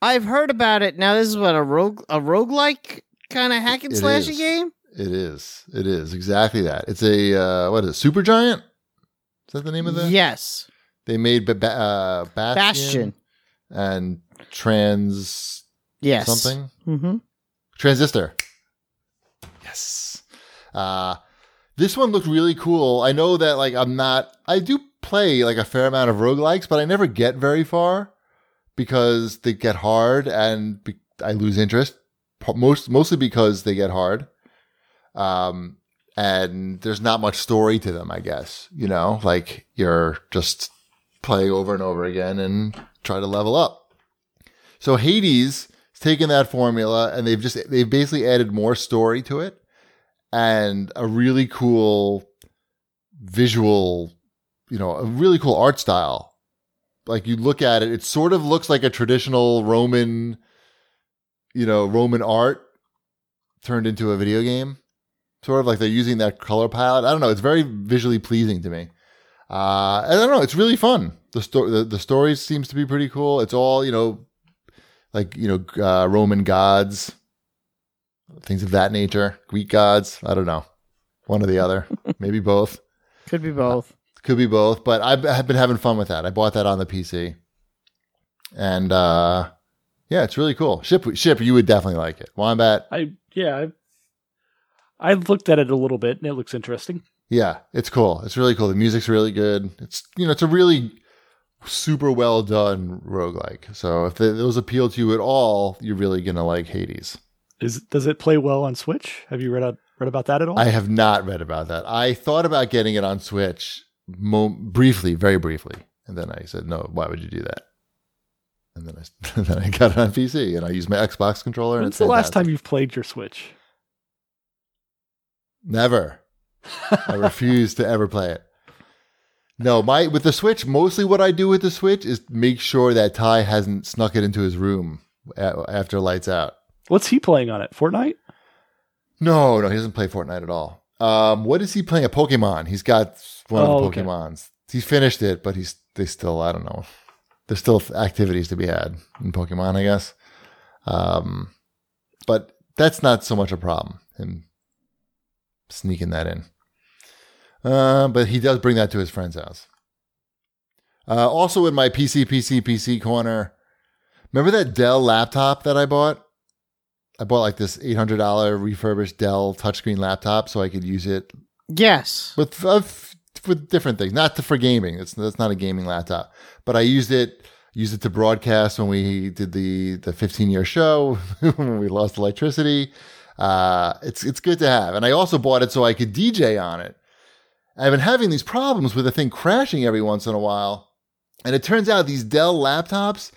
S2: I've heard about it. Now this is what a rogue a roguelike kind of hack and
S1: It
S2: slashy
S1: is.
S2: game?
S1: It is. It is exactly that. It's a uh, what is it? Super Giant? Is that the name of that?
S2: Yes.
S1: They made ba- ba- uh, Bastion,
S2: Bastion.
S1: and Trans
S2: Yes.
S1: something
S2: Mm-hmm.
S1: Transistor. Yes. Uh, this one looked really cool. I know that like I'm not. I do play like a fair amount of roguelikes, but I never get very far because they get hard and be- I lose interest. Po- Most mostly because they get hard. Um, and there's not much story to them, I guess. You know, like you're just play over and over again and try to level up. So Hades has taken that formula and they've just they've basically added more story to it and a really cool visual, you know, a really cool art style. Like you look at it, it sort of looks like a traditional Roman, you know, Roman art turned into a video game. Sort of like they're using that color palette. I don't know. It's very visually pleasing to me. Uh, I don't know. It's really fun. The story, the, the story seems to be pretty cool. It's all you know, like you know, uh, Roman gods, things of that nature, Greek gods. I don't know, one or the other, maybe both.
S2: Could be both.
S1: Could be both, but I've, I've been having fun with that. I bought that on the PC, and uh, yeah, it's really cool. Ship, ship, you would definitely like it. Wombat,
S3: I yeah. I, I looked at it a little bit, and it looks interesting.
S1: Yeah, it's cool. It's really cool. The music's really good. It's you know, it's a really super well done roguelike. So if th those appeal to you at all, you're really gonna like Hades.
S3: Is does it play well on Switch? Have you read out, read about that at all?
S1: I have not read about that. I thought about getting it on Switch mo- briefly, very briefly, and then I said, "No, why would you do that?" And then I and then I got it on PC and I used my Xbox controller. and
S3: When's
S1: it's
S3: the last
S1: fantastic.
S3: time you've played your Switch?
S1: Never. I refuse to ever play it. No, my with the Switch, mostly what I do with the Switch is make sure that Ty hasn't snuck it into his room a- after lights out.
S3: What's he playing on it? Fortnite?
S1: No, no, he doesn't play Fortnite at all. Um, what is he playing? A Pokemon. He's got one
S3: Oh,
S1: of the
S3: okay.
S1: Pokemons. He finished it, but he's they still I don't know. There's still activities to be had in Pokemon, I guess. Um, but that's not so much a problem. Him sneaking that in. Uh, but he does bring that to his friend's house. Uh, also in my PC, PC, PC corner, remember that Dell laptop that I bought? I bought like this $800 refurbished Dell touchscreen laptop so I could use it
S2: Yes.
S1: with uh, f- with different things, not to, for gaming. It's that's not a gaming laptop, but I used it used it to broadcast when we did the the 15 year show when we lost electricity. Uh, it's it's good to have, and I also bought it so I could DJ on it. I've been having these problems with the thing crashing every once in a while, and it turns out these Dell laptops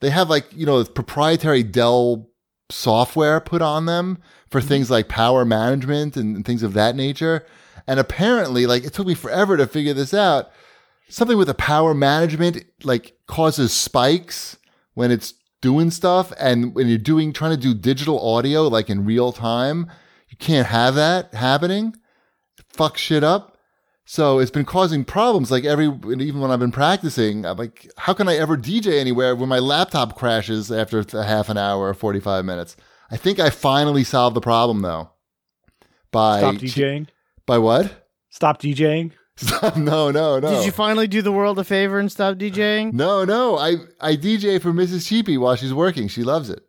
S1: they have like you know proprietary Dell software put on them for things like power management and things of that nature. And apparently, like it took me forever to figure this out. Something with the power management like causes spikes when it's doing stuff, and when you're doing trying to do digital audio like in real time, you can't have that happening. Fuck shit up. So it's been causing problems. Like every, and even when I've been practicing, I'm like, how can I ever DJ anywhere when my laptop crashes after a half an hour or 45 minutes? I think I finally solved the problem though. By
S3: Stop DJing.
S1: by what?
S3: Stop DJing.
S1: Stop. No, no, no.
S2: Did you finally do the world a favor and stop DJing?
S1: No, no. I I DJ for Mrs. Cheapy while she's working. She loves it.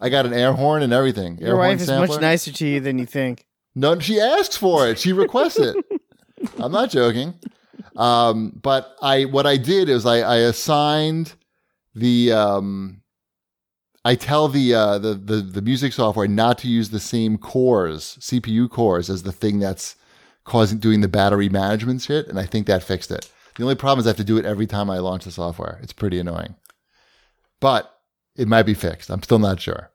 S1: I got an air horn and everything.
S2: Your
S1: air horn
S2: wife is much
S1: sampler.
S2: nicer to you than you think.
S1: No, she asks for it. She requests it. I'm not joking. Um, but I what I did is I, I assigned the um, I tell the, uh, the the the music software not to use the same cores CPU cores as the thing that's causing doing the battery management shit, and I think that fixed it. The only problem is I have to do it every time I launch the software. It's pretty annoying, but it might be fixed. I'm still not sure.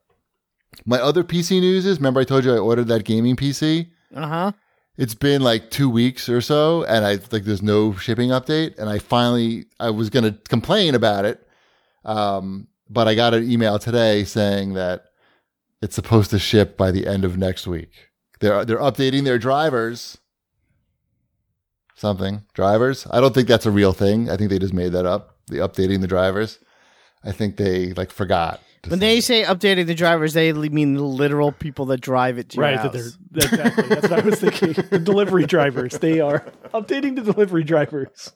S1: My other PC news is remember I told you I ordered that gaming PC
S2: Uh huh.
S1: it's been like two weeks or so and i like there's no shipping update and i finally i was going to complain about it um, but i got an email today saying that it's supposed to ship by the end of next week they're they're updating their drivers something drivers i don't think that's a real thing i think they just made that up the updating the drivers i think they like forgot to
S2: When
S1: say-
S2: they say updating the drivers, they li- mean the literal people that drive it to your
S3: Right. That
S2: house.
S3: they're, exactly. That's what I was thinking. The delivery drivers. They are updating the delivery drivers.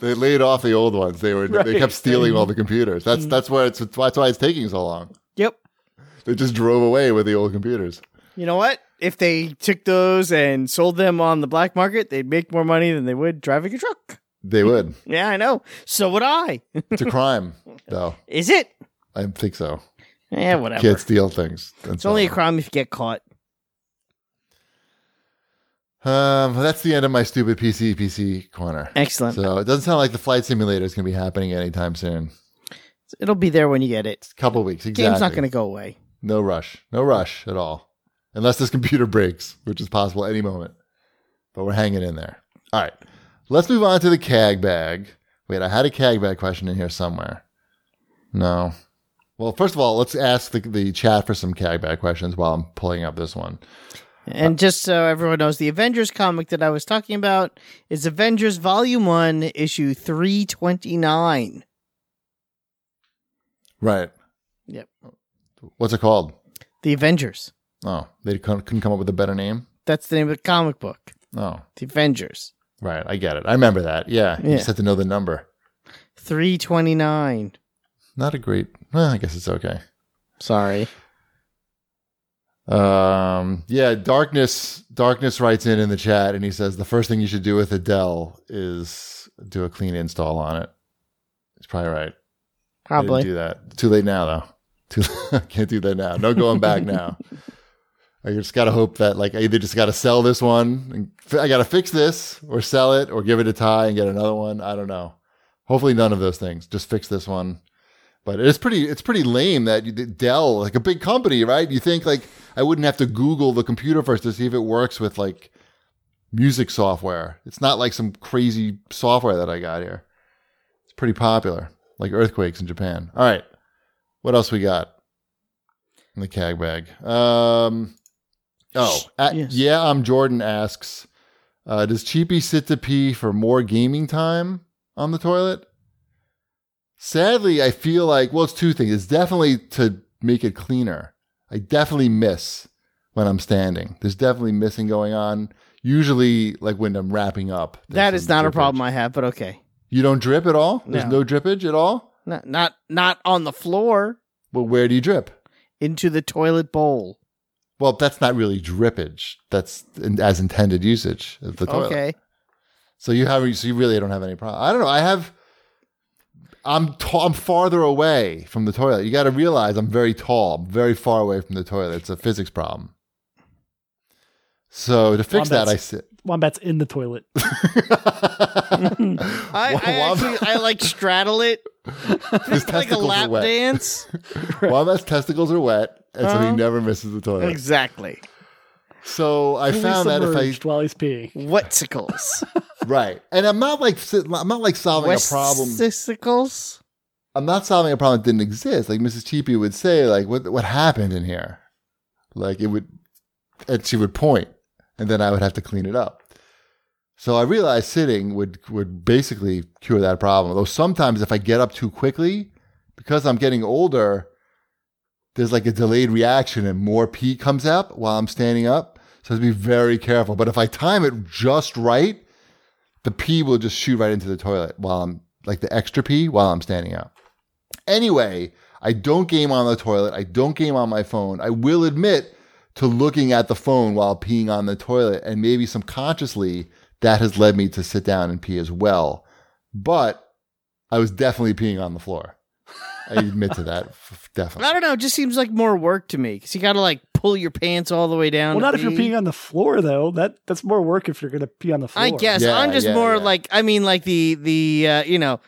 S1: They laid off the old ones. They were they
S3: Right.
S1: kept stealing all the computers. That's that's why it's that's why it's taking so long.
S2: Yep.
S1: They just drove away with the old computers.
S2: You know what? If they took those and sold them on the black market, they'd make more money than they would driving a truck.
S1: They would.
S2: Yeah, I know. So would I.
S1: It's a crime, though.
S2: Is it?
S1: I think so.
S2: Yeah, whatever.
S1: Can't steal things.
S2: it's only a crime if you get caught.
S1: um. That's the end of my stupid PC PC corner.
S2: Excellent.
S1: So it doesn't sound like the flight simulator is going to be happening anytime soon.
S2: It'll be there when you get it.
S1: Couple weeks. Exactly.
S2: Game's not going to go away.
S1: No rush. No rush at all. Unless this computer breaks, which is possible any moment. But we're hanging in there. All right. Let's move on to the CAG bag. Wait, I had a CAG bag question in here somewhere. No. Well, first of all, let's ask the, the chat for some CAG bag questions while I'm pulling up this one.
S2: And just so everyone knows, the Avengers comic that I was talking about is Avengers Volume 1, Issue 329.
S1: Right.
S2: Yep.
S1: What's it called?
S2: The Avengers.
S1: Oh, they couldn't couldn't come up with a better name?
S2: That's the name of the comic book.
S1: Oh,
S2: The Avengers.
S1: right. I get it. I remember that. Yeah. You
S2: Yeah.
S1: just have to know the number.
S2: 329.
S1: Not a great. Well, I guess it's okay.
S2: Sorry.
S1: Um, yeah, darkness. Darkness writes in in the chat, and he says the first thing you should do with Adele is do a clean install on it. It's probably right. I didn't
S2: Probably.
S1: do that. Too late now, though. Too can't do that now. No going back now. I just gotta hope that like I either just gotta sell this one, and fi- I gotta fix this, or sell it, or give it a tie and get another one. I don't know. Hopefully none of those things. Just fix this one. But it's pretty it's pretty lame that you, that Dell, like a big company, right? You think like I wouldn't have to Google the computer first to see if it works with like music software. It's not like some crazy software that I got here. It's pretty popular, like earthquakes in Japan. All right, what else we got in the cag bag? Um, oh, at-
S2: yes.
S1: yeah, I'm Jordan asks, uh, does Cheapy sit to pee for more gaming time on the toilet? Sadly, I feel like well, it's two things. It's definitely to make it cleaner. I definitely miss when I'm standing. There's definitely missing going on. Usually, like when I'm wrapping up. there's
S2: That is
S1: some
S2: not a
S1: drippage.
S2: problem I have, but okay.
S1: You don't drip at all. There's
S2: No.
S1: no drippage at all.
S2: Not not not on the floor
S1: Well, where do you drip?
S2: into the toilet bowl.
S1: Well, that's not really drippage. That's in, as intended usage of the toilet.
S2: Okay.
S1: So you have, so you really don't have any problem. I don't know. I have. I'm tall, I'm farther away from the toilet. You got to realize I'm very tall, I'm very far away from the toilet. It's a physics problem. So to fix that, I
S3: Wombats.
S1: sit.
S3: Wombat's in the toilet.
S2: I, I, actually, I like straddle it
S1: his
S2: like a
S1: testicles are
S2: lap
S1: wet.
S2: dance.
S1: Wombat's testicles are wet, and so he
S2: Uh-huh.
S1: never misses the toilet.
S2: exactly.
S1: So I
S3: Fully
S1: found that if I
S3: submerged while he's peeing.
S2: Whatsicles.
S1: right, and I'm not like sit- I'm not like solving a problem.
S2: Westicles?
S1: I'm not solving a problem that didn't exist. Like Mrs. Cheapy would say, like what what happened in here? Like it would, and she would point, and then I would have to clean it up. So I realized sitting would would basically cure that problem. Though sometimes if I get up too quickly, because I'm getting older, there's like a delayed reaction and more pee comes up while I'm standing up. So I have to be very careful. But if I time it just right, the pee will just shoot right into the toilet while I'm like the extra pee while I'm standing up. Anyway, I don't game on the toilet. I don't game on my phone. I will admit to looking at the phone while peeing on the toilet. And maybe subconsciously that has led me to sit down and pee as well. But I was definitely peeing on the floor. I admit to that. f- Definitely.
S2: I don't know. It just seems like more work to me because you got to like pull your pants all the way down.
S3: Well,
S2: to
S3: not if you're
S2: pee.
S3: peeing on the floor though. That that's more work if you're gonna pee on the floor.
S2: I guess
S1: Yeah,
S2: I'm just
S1: yeah,
S2: more
S1: yeah.
S2: like I mean like the the uh, you know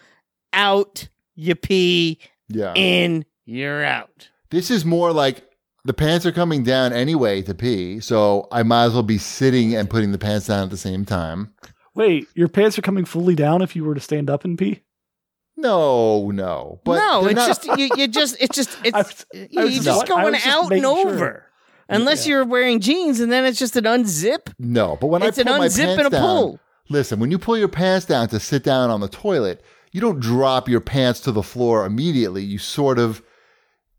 S2: out you pee
S1: Yeah.
S2: in you're out.
S1: This is more like the pants are coming down anyway to pee, so I might as well be sitting and putting the pants down at the same time.
S3: Wait, your pants are coming fully down if you were to stand up and pee.
S1: No, no, but
S2: no,
S1: they're
S2: it's
S1: not-
S2: just you, you just it's just
S3: I
S2: it's
S3: was- I
S2: you're
S3: was
S2: just,
S3: just- I
S2: going
S3: was just
S2: out and
S3: making sure.
S2: over. Unless
S3: Yeah.
S2: you're wearing jeans, and then it's just an unzip.
S1: no. But when
S2: it's
S1: I
S2: an
S1: pull my
S2: unzip
S1: pants
S2: and a
S1: down,
S2: pull.
S1: listen. When you pull your pants down to sit down on the toilet, you don't drop your pants to the floor immediately. You sort of,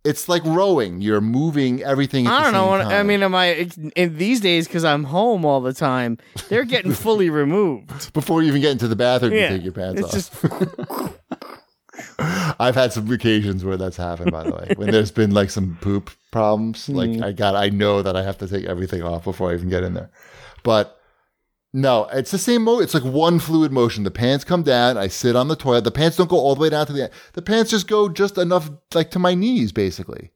S1: it's like rowing. You're moving everything. At
S2: I
S1: the
S2: don't know.
S1: same
S2: What, I
S1: time.
S2: mean, am I it's- in these days because I'm home all the time? They're getting fully removed.
S1: before you even get into the bathroom,
S2: Yeah,
S1: you take your pants
S2: it's
S1: off. I've had some occasions where that's happened, by the way, when there's been like some poop problems.
S3: Mm.
S1: Like I got, I know that I have to take everything off before I even get in there. But no, it's the same mo It's like one fluid motion. The pants come down. I sit on the toilet. The pants don't go all the way down to the end. The pants just go just enough, like to my knees, basically.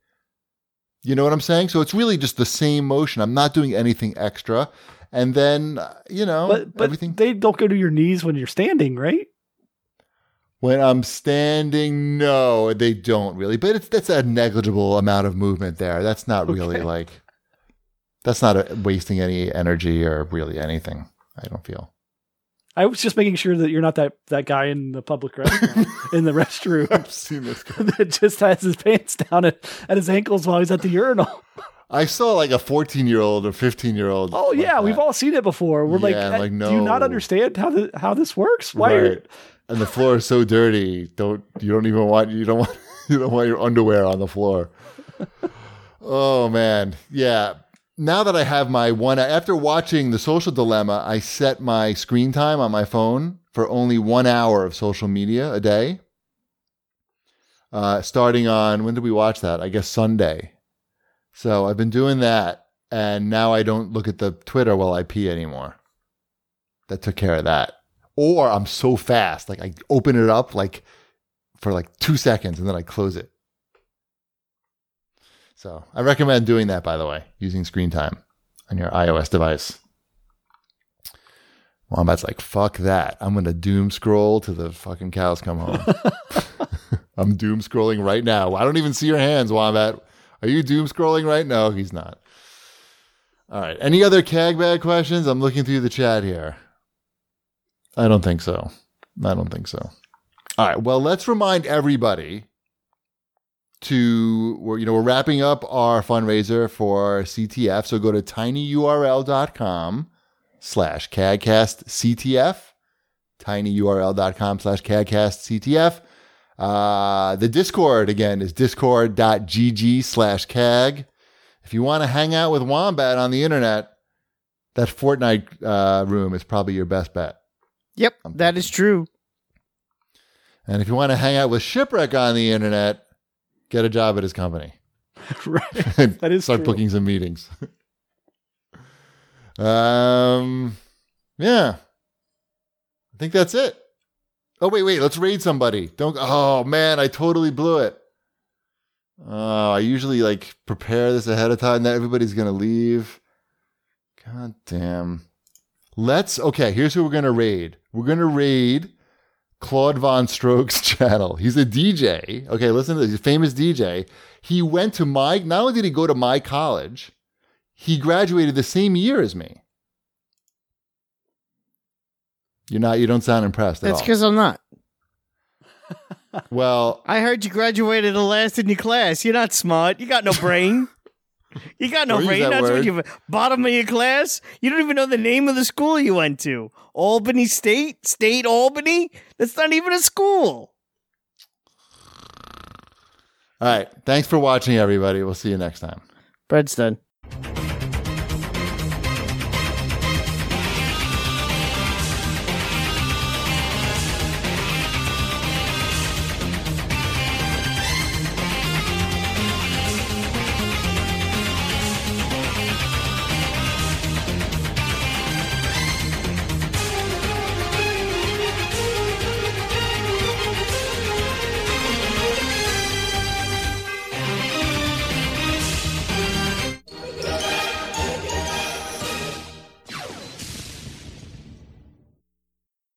S1: You know what I'm saying? So it's really just the same motion. I'm not doing anything extra. And then, uh, you know,
S3: But but
S1: everything.
S3: they don't go to your knees when you're standing, right?
S1: When I'm standing, no, they don't really. But it's that's a negligible amount of movement there. That's not really
S3: Okay.
S1: like that's not a, wasting any energy or really anything. I don't feel.
S3: I was just making sure that you're not that, that guy in the public restroom in the restroom
S1: I've seen this. guy.
S3: that just has his pants down at, at his ankles while he's at the urinal.
S1: I saw like a 14 year old or 15 year old.
S3: Oh yeah, we've all seen it before. We're like,
S1: Yeah,
S3: "That-
S1: like,
S3: do you not
S1: no."
S3: understand how the, how this works? Why are-
S1: And the floor is so dirty. Don't you don't even want you don't want you don't want your underwear on the floor. oh man, yeah. Now that I have my one after watching the Social Dilemma, I set my screen time on my phone for only one hour of social media a day. Uh, starting on when did we watch that? I guess Sunday. So I've been doing that, and now I don't look at the Twitter while I pee anymore. That took care of that or I'm so fast, like I open it up like for like two seconds and then I close it. So I recommend doing that, by the way, using screen time on your iOS device. Wombat's like, fuck that. I'm going to doom scroll to the fucking cows come home. I'm doom scrolling right now. I don't even see your hands, Wombat. Are you doom scrolling right now? He's not. All right. Any other cag bag questions? I'm looking through the chat here. I don't think so. I don't think so. All right. Well, let's remind everybody to we're you know we're wrapping up our fundraiser for CTF. So go to tinyurl.com slash cadcastctf, tinyurl.com slash cadcastctf. Uh, the Discord again is discord.gg slash cag. If you want to hang out with Wombat on the internet, that Fortnite uh, room is probably your best bet.
S2: Yep, that is true.
S1: And if you want to hang out with Shipwreck on the internet, get a job at his company.
S3: right?
S1: And
S3: That is
S1: Start
S3: true.
S1: booking some meetings. um, yeah. I think that's it. Oh, wait, wait. Let's raid somebody. Don't. Oh, man. I totally blew it. Oh, I usually like prepare this ahead of time. Now everybody's going to leave. God damn. Let's. Okay. Here's who we're going to raid. We're going to raid. Claude Von Stroke's channel. He's a DJ. Okay, listen to this. He's a famous DJ. He went to my, not only did he go to my college, he graduated the same year as me. You're not, you don't sound impressed at
S2: That's
S1: all.
S2: because I'm not.
S1: Well,
S2: I heard you graduated the last in your class. You're not smart. You got no brain. You got no
S1: Don't use
S2: brain.
S1: that
S2: That's what
S1: word.
S2: you bottom of your class. You don't even know the name of the school you went to. Albany State, State Albany. That's not even a school.
S1: All right. Thanks for watching, everybody. We'll see you next time.
S2: Bread's done.